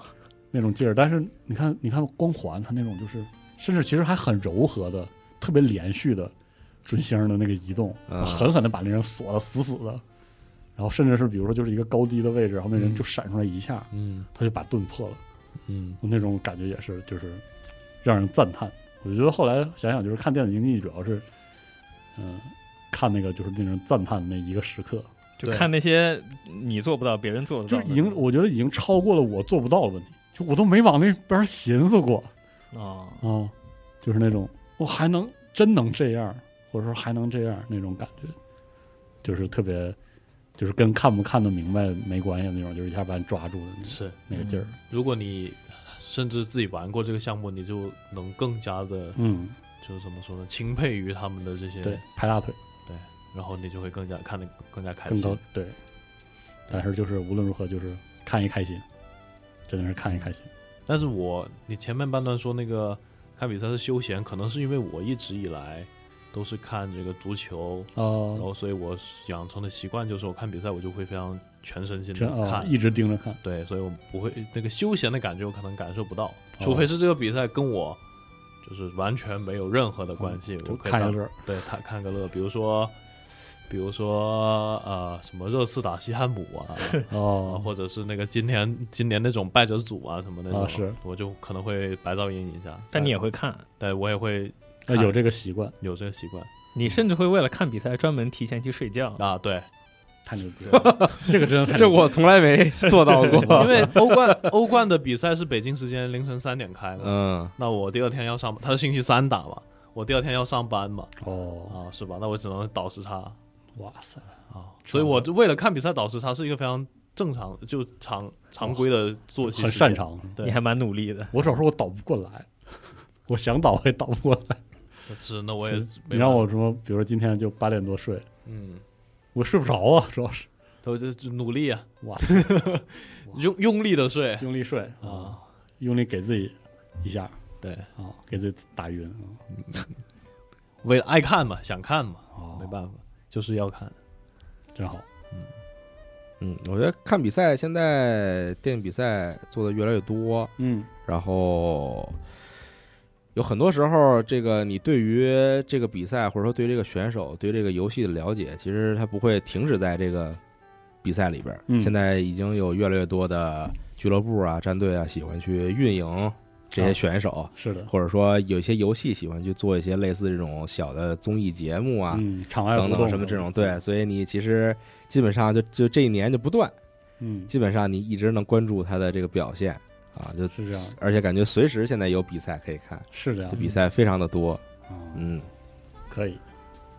S4: 那种劲儿。但是你看，你看光环，它那种就是，甚至其实还很柔和的，特别连续的，准星儿的那个移动，
S2: 嗯
S4: 狠狠的把那人锁的死死的，然后甚至是比如说就是一个高低的位置，然后那人就闪出来一下，
S5: 嗯
S4: 他就把盾破了，
S5: 嗯
S4: 那种感觉也是就是让人赞叹。我觉得后来想想，就是看电子竞技主要是，嗯、看那个就是令人赞叹的那一个时刻，
S6: 就
S5: 对
S6: 看那些你做不到，别人做得
S4: 就
S6: 到
S4: 是
S6: 的，
S4: 已经我觉得已经超过了我做不到的问题，就我都没往那边寻思过。
S6: 啊，
S4: 啊、就是那种我还能真能这样，或者说还能这样那种感觉，就是特别，就是跟看不看得明白没关系的那种，就是一下把你抓住的那
S5: 是，
S4: 那个劲
S6: 嗯
S4: 儿。
S5: 如果你甚至自己玩过这个项目，你就能更加的
S4: 嗯，
S5: 就是怎么说呢，钦佩于他们的这些，
S4: 对，拍大腿
S5: 然后你就会更加看得更加开
S4: 更高
S5: 心。，
S4: 对。但是就是无论如何，就是看一开心，真的是看一开心。
S5: 但是我你前面半段说那个看比赛是休闲，可能是因为我一直以来都是看这个足球，然
S4: 哦，
S5: 后所以我养成的习惯就是我看比赛我就会非常全身心的
S4: 真啊、
S5: 看。
S4: 一直盯着看，
S5: 对，所以我不会那个休闲的感觉，我可能感受不
S4: 哦
S5: 到，除非是这个比赛跟我就是完全没有任何的关系，
S4: 就
S5: 我可
S4: 哦
S5: 以
S4: 看
S5: 当
S4: 一乐。
S5: 对他看个乐，比如说，比如说呃什么热刺打西汉姆啊，啊
S4: 哦，
S5: 或者是那个今年今年那种败者组啊什么那种，
S4: 啊是
S5: 我就可能会白噪音一下，
S6: 但你也会看，
S5: 但我也会
S4: 那有这个习惯，
S5: 有这个习惯
S6: 你甚至会为了看比赛专门提前去睡觉。
S5: 啊， 对，
S4: 太牛逼了， 这个真的太
S2: 哎这
S4: 牛逼了
S2: 我从来没做到
S5: 因
S2: 过。
S4: 啊
S5: 为欧冠欧冠的比赛是北京时间凌晨三点开 的，
S2: 嗯，
S5: 那我第二天要上班，他是星期三打嘛，我第二天要上班嘛，
S4: 哦，
S5: 啊是吧？那我只能倒时差
S4: 哇塞，
S5: 啊，所以我就为了看比赛倒时差是一个非常正常就常常规的作息，
S4: 哦很擅。长。
S5: 对
S6: 你还蛮努力的，
S4: 我有时候我倒不过来，我想倒我也倒不过来。
S5: 是，那我也
S4: 你让我说，比如说今天就八点多睡，
S5: 嗯，
S4: 我睡不着啊，主要是
S5: 我就就努力啊，
S4: 哇，
S5: 用用力的睡
S4: 用力睡啊，，用力给自己一下
S5: 对，
S4: 啊，给自己打晕
S5: 为了爱看嘛，想看嘛，
S4: 啊，
S5: 哦没
S4: 法，
S5: 办法，就是要看。
S4: 真好。
S2: 嗯，我觉得看比赛现在电影比赛做的越来越多，
S4: 嗯，
S2: 然后有很多时候，这个你对于这个比赛或者说对于这个选手、对于这个游戏的了解，其实它不会停止在这个比赛里边儿。
S4: 嗯
S2: 现在已经有越来越多的俱乐部啊、战队啊喜欢去运营这
S4: 啊
S2: 些选手。
S4: 是的，
S2: 或者说有一些游戏喜欢去做一些类似这种小的综艺节目啊，
S4: 嗯，场外
S2: 等
S4: 活
S2: 等
S4: 动
S2: 什么这种，对，，所以你其实基本上就就这一年就不断，
S4: 嗯，
S2: 基本上你一直能关注他的这个表现啊，就是
S4: 这样，
S2: 而且感觉随时现在有比赛可以看，
S4: 是这样
S2: 这比赛非常的多，
S4: 啊，
S2: 嗯，
S4: 可以，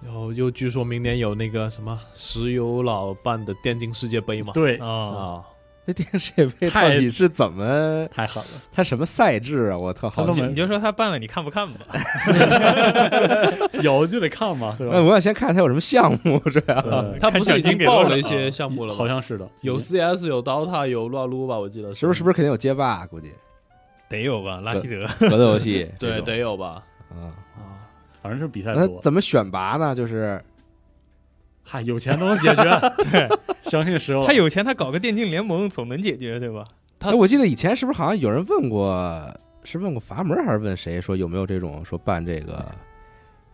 S5: 然后又据说明年有那个什么石油老办的电竞世界杯嘛，
S4: 对，
S6: 啊，
S5: 啊，
S2: 那电视也杯到
S4: 太
S2: 底是怎么
S4: 太狠了，
S2: 它什么赛制啊？我特好
S4: 他
S2: 奇
S4: 都。
S6: 你就说他办了，你看不看吧？
S4: 有就得看嘛，对
S2: 那
S4: 吧？
S2: 我想先看它有什么项目， 是吧？
S4: 对，
S5: 他不是已经报了
S6: 看奖金给多
S5: 一些
S6: 少
S5: 项目了吗？
S4: 好像是的，
S5: 有 CS，有 DOTA，有撸啊撸吧，我记得
S2: 是不是？是不是肯定有街霸？啊估计
S6: 得有吧，拉希德。
S2: 格斗游 戏
S5: 对，得有吧？
S2: 啊。
S5: 啊，
S4: 反正是比赛
S2: 那
S4: 多，
S2: 怎么选拔呢？就是
S4: 嗨，有钱都能解决，啊对，相信石油，
S6: 他有钱，他搞个电竞联盟总能解决，对吧？
S5: 他
S2: 哎，我记得以前是不是好像有人问过，是问过阀门还是问谁说有没有这种说办这个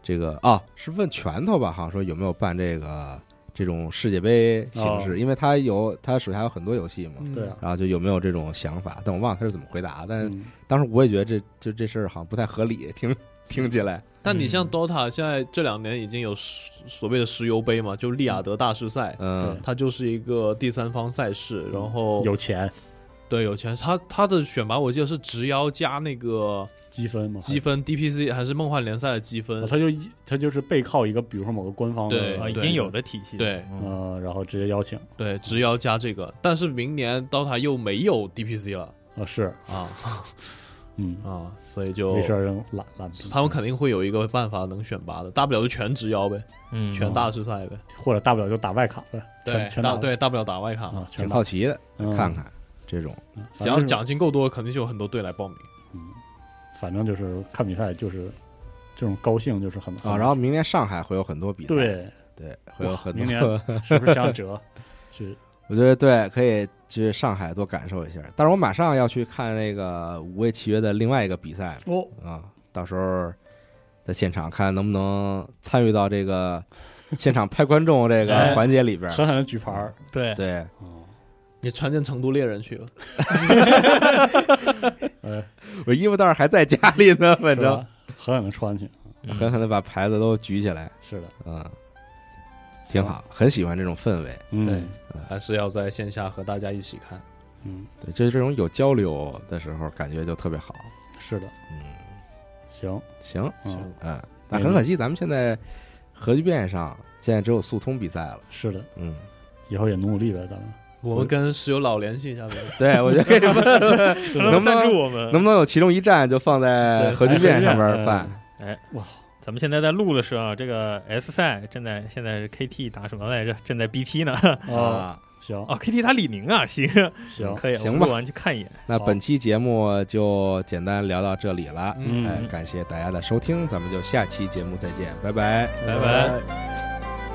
S2: 这个啊？是问拳头吧？好像说有没有办这个这种世界杯形式，
S4: 哦
S2: 因为他有他手下有很多游戏嘛。
S5: 嗯
S4: 对啊，
S2: 然后就有没有这种想法，但我忘了他是怎么回答。但
S4: 嗯
S2: 当时我也觉得这就这事儿好像不太合理， 听听起来，
S5: 但你像
S6: 嗯
S5: DOTA，现在这两年已经有石所谓的石油杯嘛，就利雅得大师赛，
S2: 嗯
S4: 对，
S5: 它就是一个第三方赛事，然后
S4: 有钱
S5: 对有钱，它它的选拔我记得是直邀加那个
S4: 积分嘛，
S5: 积分 DPC 还是梦幻联赛的积分
S4: 哦，他就一他就是背靠一个，比如说某个官方
S5: 对
S4: 的
S6: 啊，
S5: 对
S6: 已经有了体系。
S5: 对
S6: 嗯，
S4: 呃，然后直接邀请啊、
S5: 对，直邀加这个，但是明年 DOTA 又没有 DPC 了
S4: 是，
S5: 啊
S4: 嗯，
S5: 啊，所以就
S4: 这事儿人懒懒
S5: 他们肯定会有一个办法能选拔的，大不了就全直邀呗，
S6: 嗯，
S5: 全大师赛呗，
S4: 或者大不了就打外卡呗，
S5: 对
S4: 全，全
S5: 大
S4: 打
S5: 对大不了打外卡嘛，
S4: 啊，全
S2: 挺
S4: 打
S2: 好奇的，
S4: 嗯
S2: 看看这种。
S5: 只要，奖金够多，肯定就有很多队来报名。
S4: 反正就是反正就是看比赛就是这种高兴就是很
S2: 啊，然后明年上海会有很多比赛，
S4: 嗯对，
S2: 对，
S5: 哎
S2: 会有
S4: 哇
S2: 很
S4: 明
S2: 多
S4: 年。是不是想折？是
S2: 我觉得对，可以去上海多感受一下。但是我马上要去看那个《无畏契约》的另外一个比赛
S4: 哦，
S2: 啊，到时候在现场看能不能参与到这个现场拍观众这个
S4: 哎
S2: 环节里边儿。
S4: 狠狠的举牌儿。
S6: 对，
S2: 对，
S4: 哦，
S5: 你传件成都猎人去吧，
S4: 哎，
S2: 我衣服倒是还在家里呢，反
S4: 是
S2: 正
S4: 吧？狠狠的穿去，
S6: 嗯
S2: 狠狠的把牌子都举起来，
S4: 是的，
S2: 嗯，挺好，很喜欢这种氛围。
S4: 嗯
S5: 对还是要在线下和大家一起看。
S4: 嗯，
S2: 对，就是这种有交流的时候，感觉就特别好。
S4: 是的，
S2: 嗯，
S4: 行，
S2: 行，
S4: 嗯，
S2: 嗯，那很可惜，咱们现在核聚变上现在只有速通比赛了。
S4: 是的，
S2: 嗯，
S4: 以后也努努力呗，咱们
S5: 我们跟石油佬联系一下呗。
S2: 对，我觉得 能不
S6: 赞助
S2: 能
S6: 我们？
S2: 能不能有其中一站就放在核
S4: 哎
S2: 聚变上
S4: 嗯
S2: 面办？
S6: 咱们现在在录的时候啊，这个 S 赛正在现在是 KT 打什么来着？正在 BT 呢。
S4: 啊，
S2: 啊，
S4: 行
S6: 哦，KT 打李宁啊，行
S4: 哦行，
S6: 可以，
S2: 行
S6: 我
S2: 吧
S6: 录完去看一眼。
S2: 那本期节目就简单聊到这里了。
S4: 嗯
S2: 哎，感谢大家的收听，咱们就下期节目再见，拜拜。
S6: 拜拜。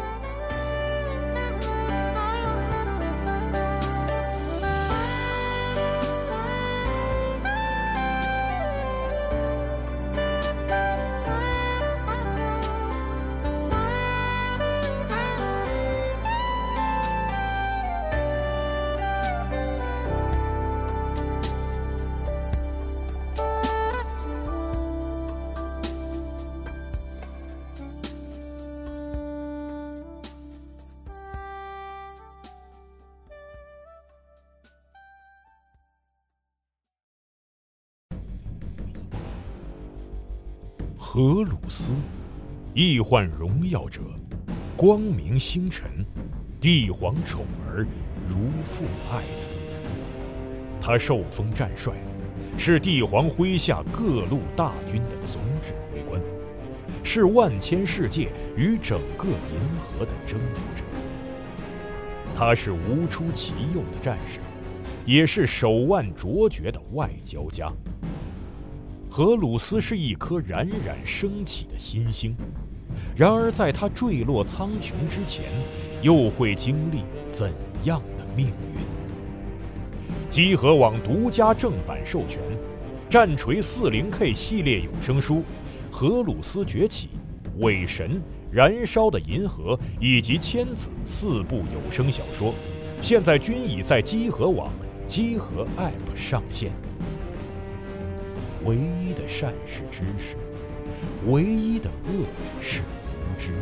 S7: 荷鲁斯，易患荣耀者，光明星辰，帝皇宠儿，如父爱子。他受封战帅，是帝皇麾下各路大军的总指挥官，是万千世界与整个银河的征服者。他是无出其右的战士，也是手腕卓绝的外交家。荷鲁斯是一颗冉冉升起的新星，然而在他坠落苍穹之前，又会经历怎样的命运？积禾网独家正版授权，《战锤 40K 系列有声书》《荷鲁斯崛起》《伪神》《燃烧的银河》以及《千子》四部有声小说，现在均已在积禾网、积禾 App 上线。唯一的善是知识，唯一的恶是无知。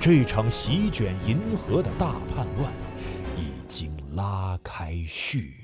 S7: 这场席卷银河的大叛乱已经拉开序幕。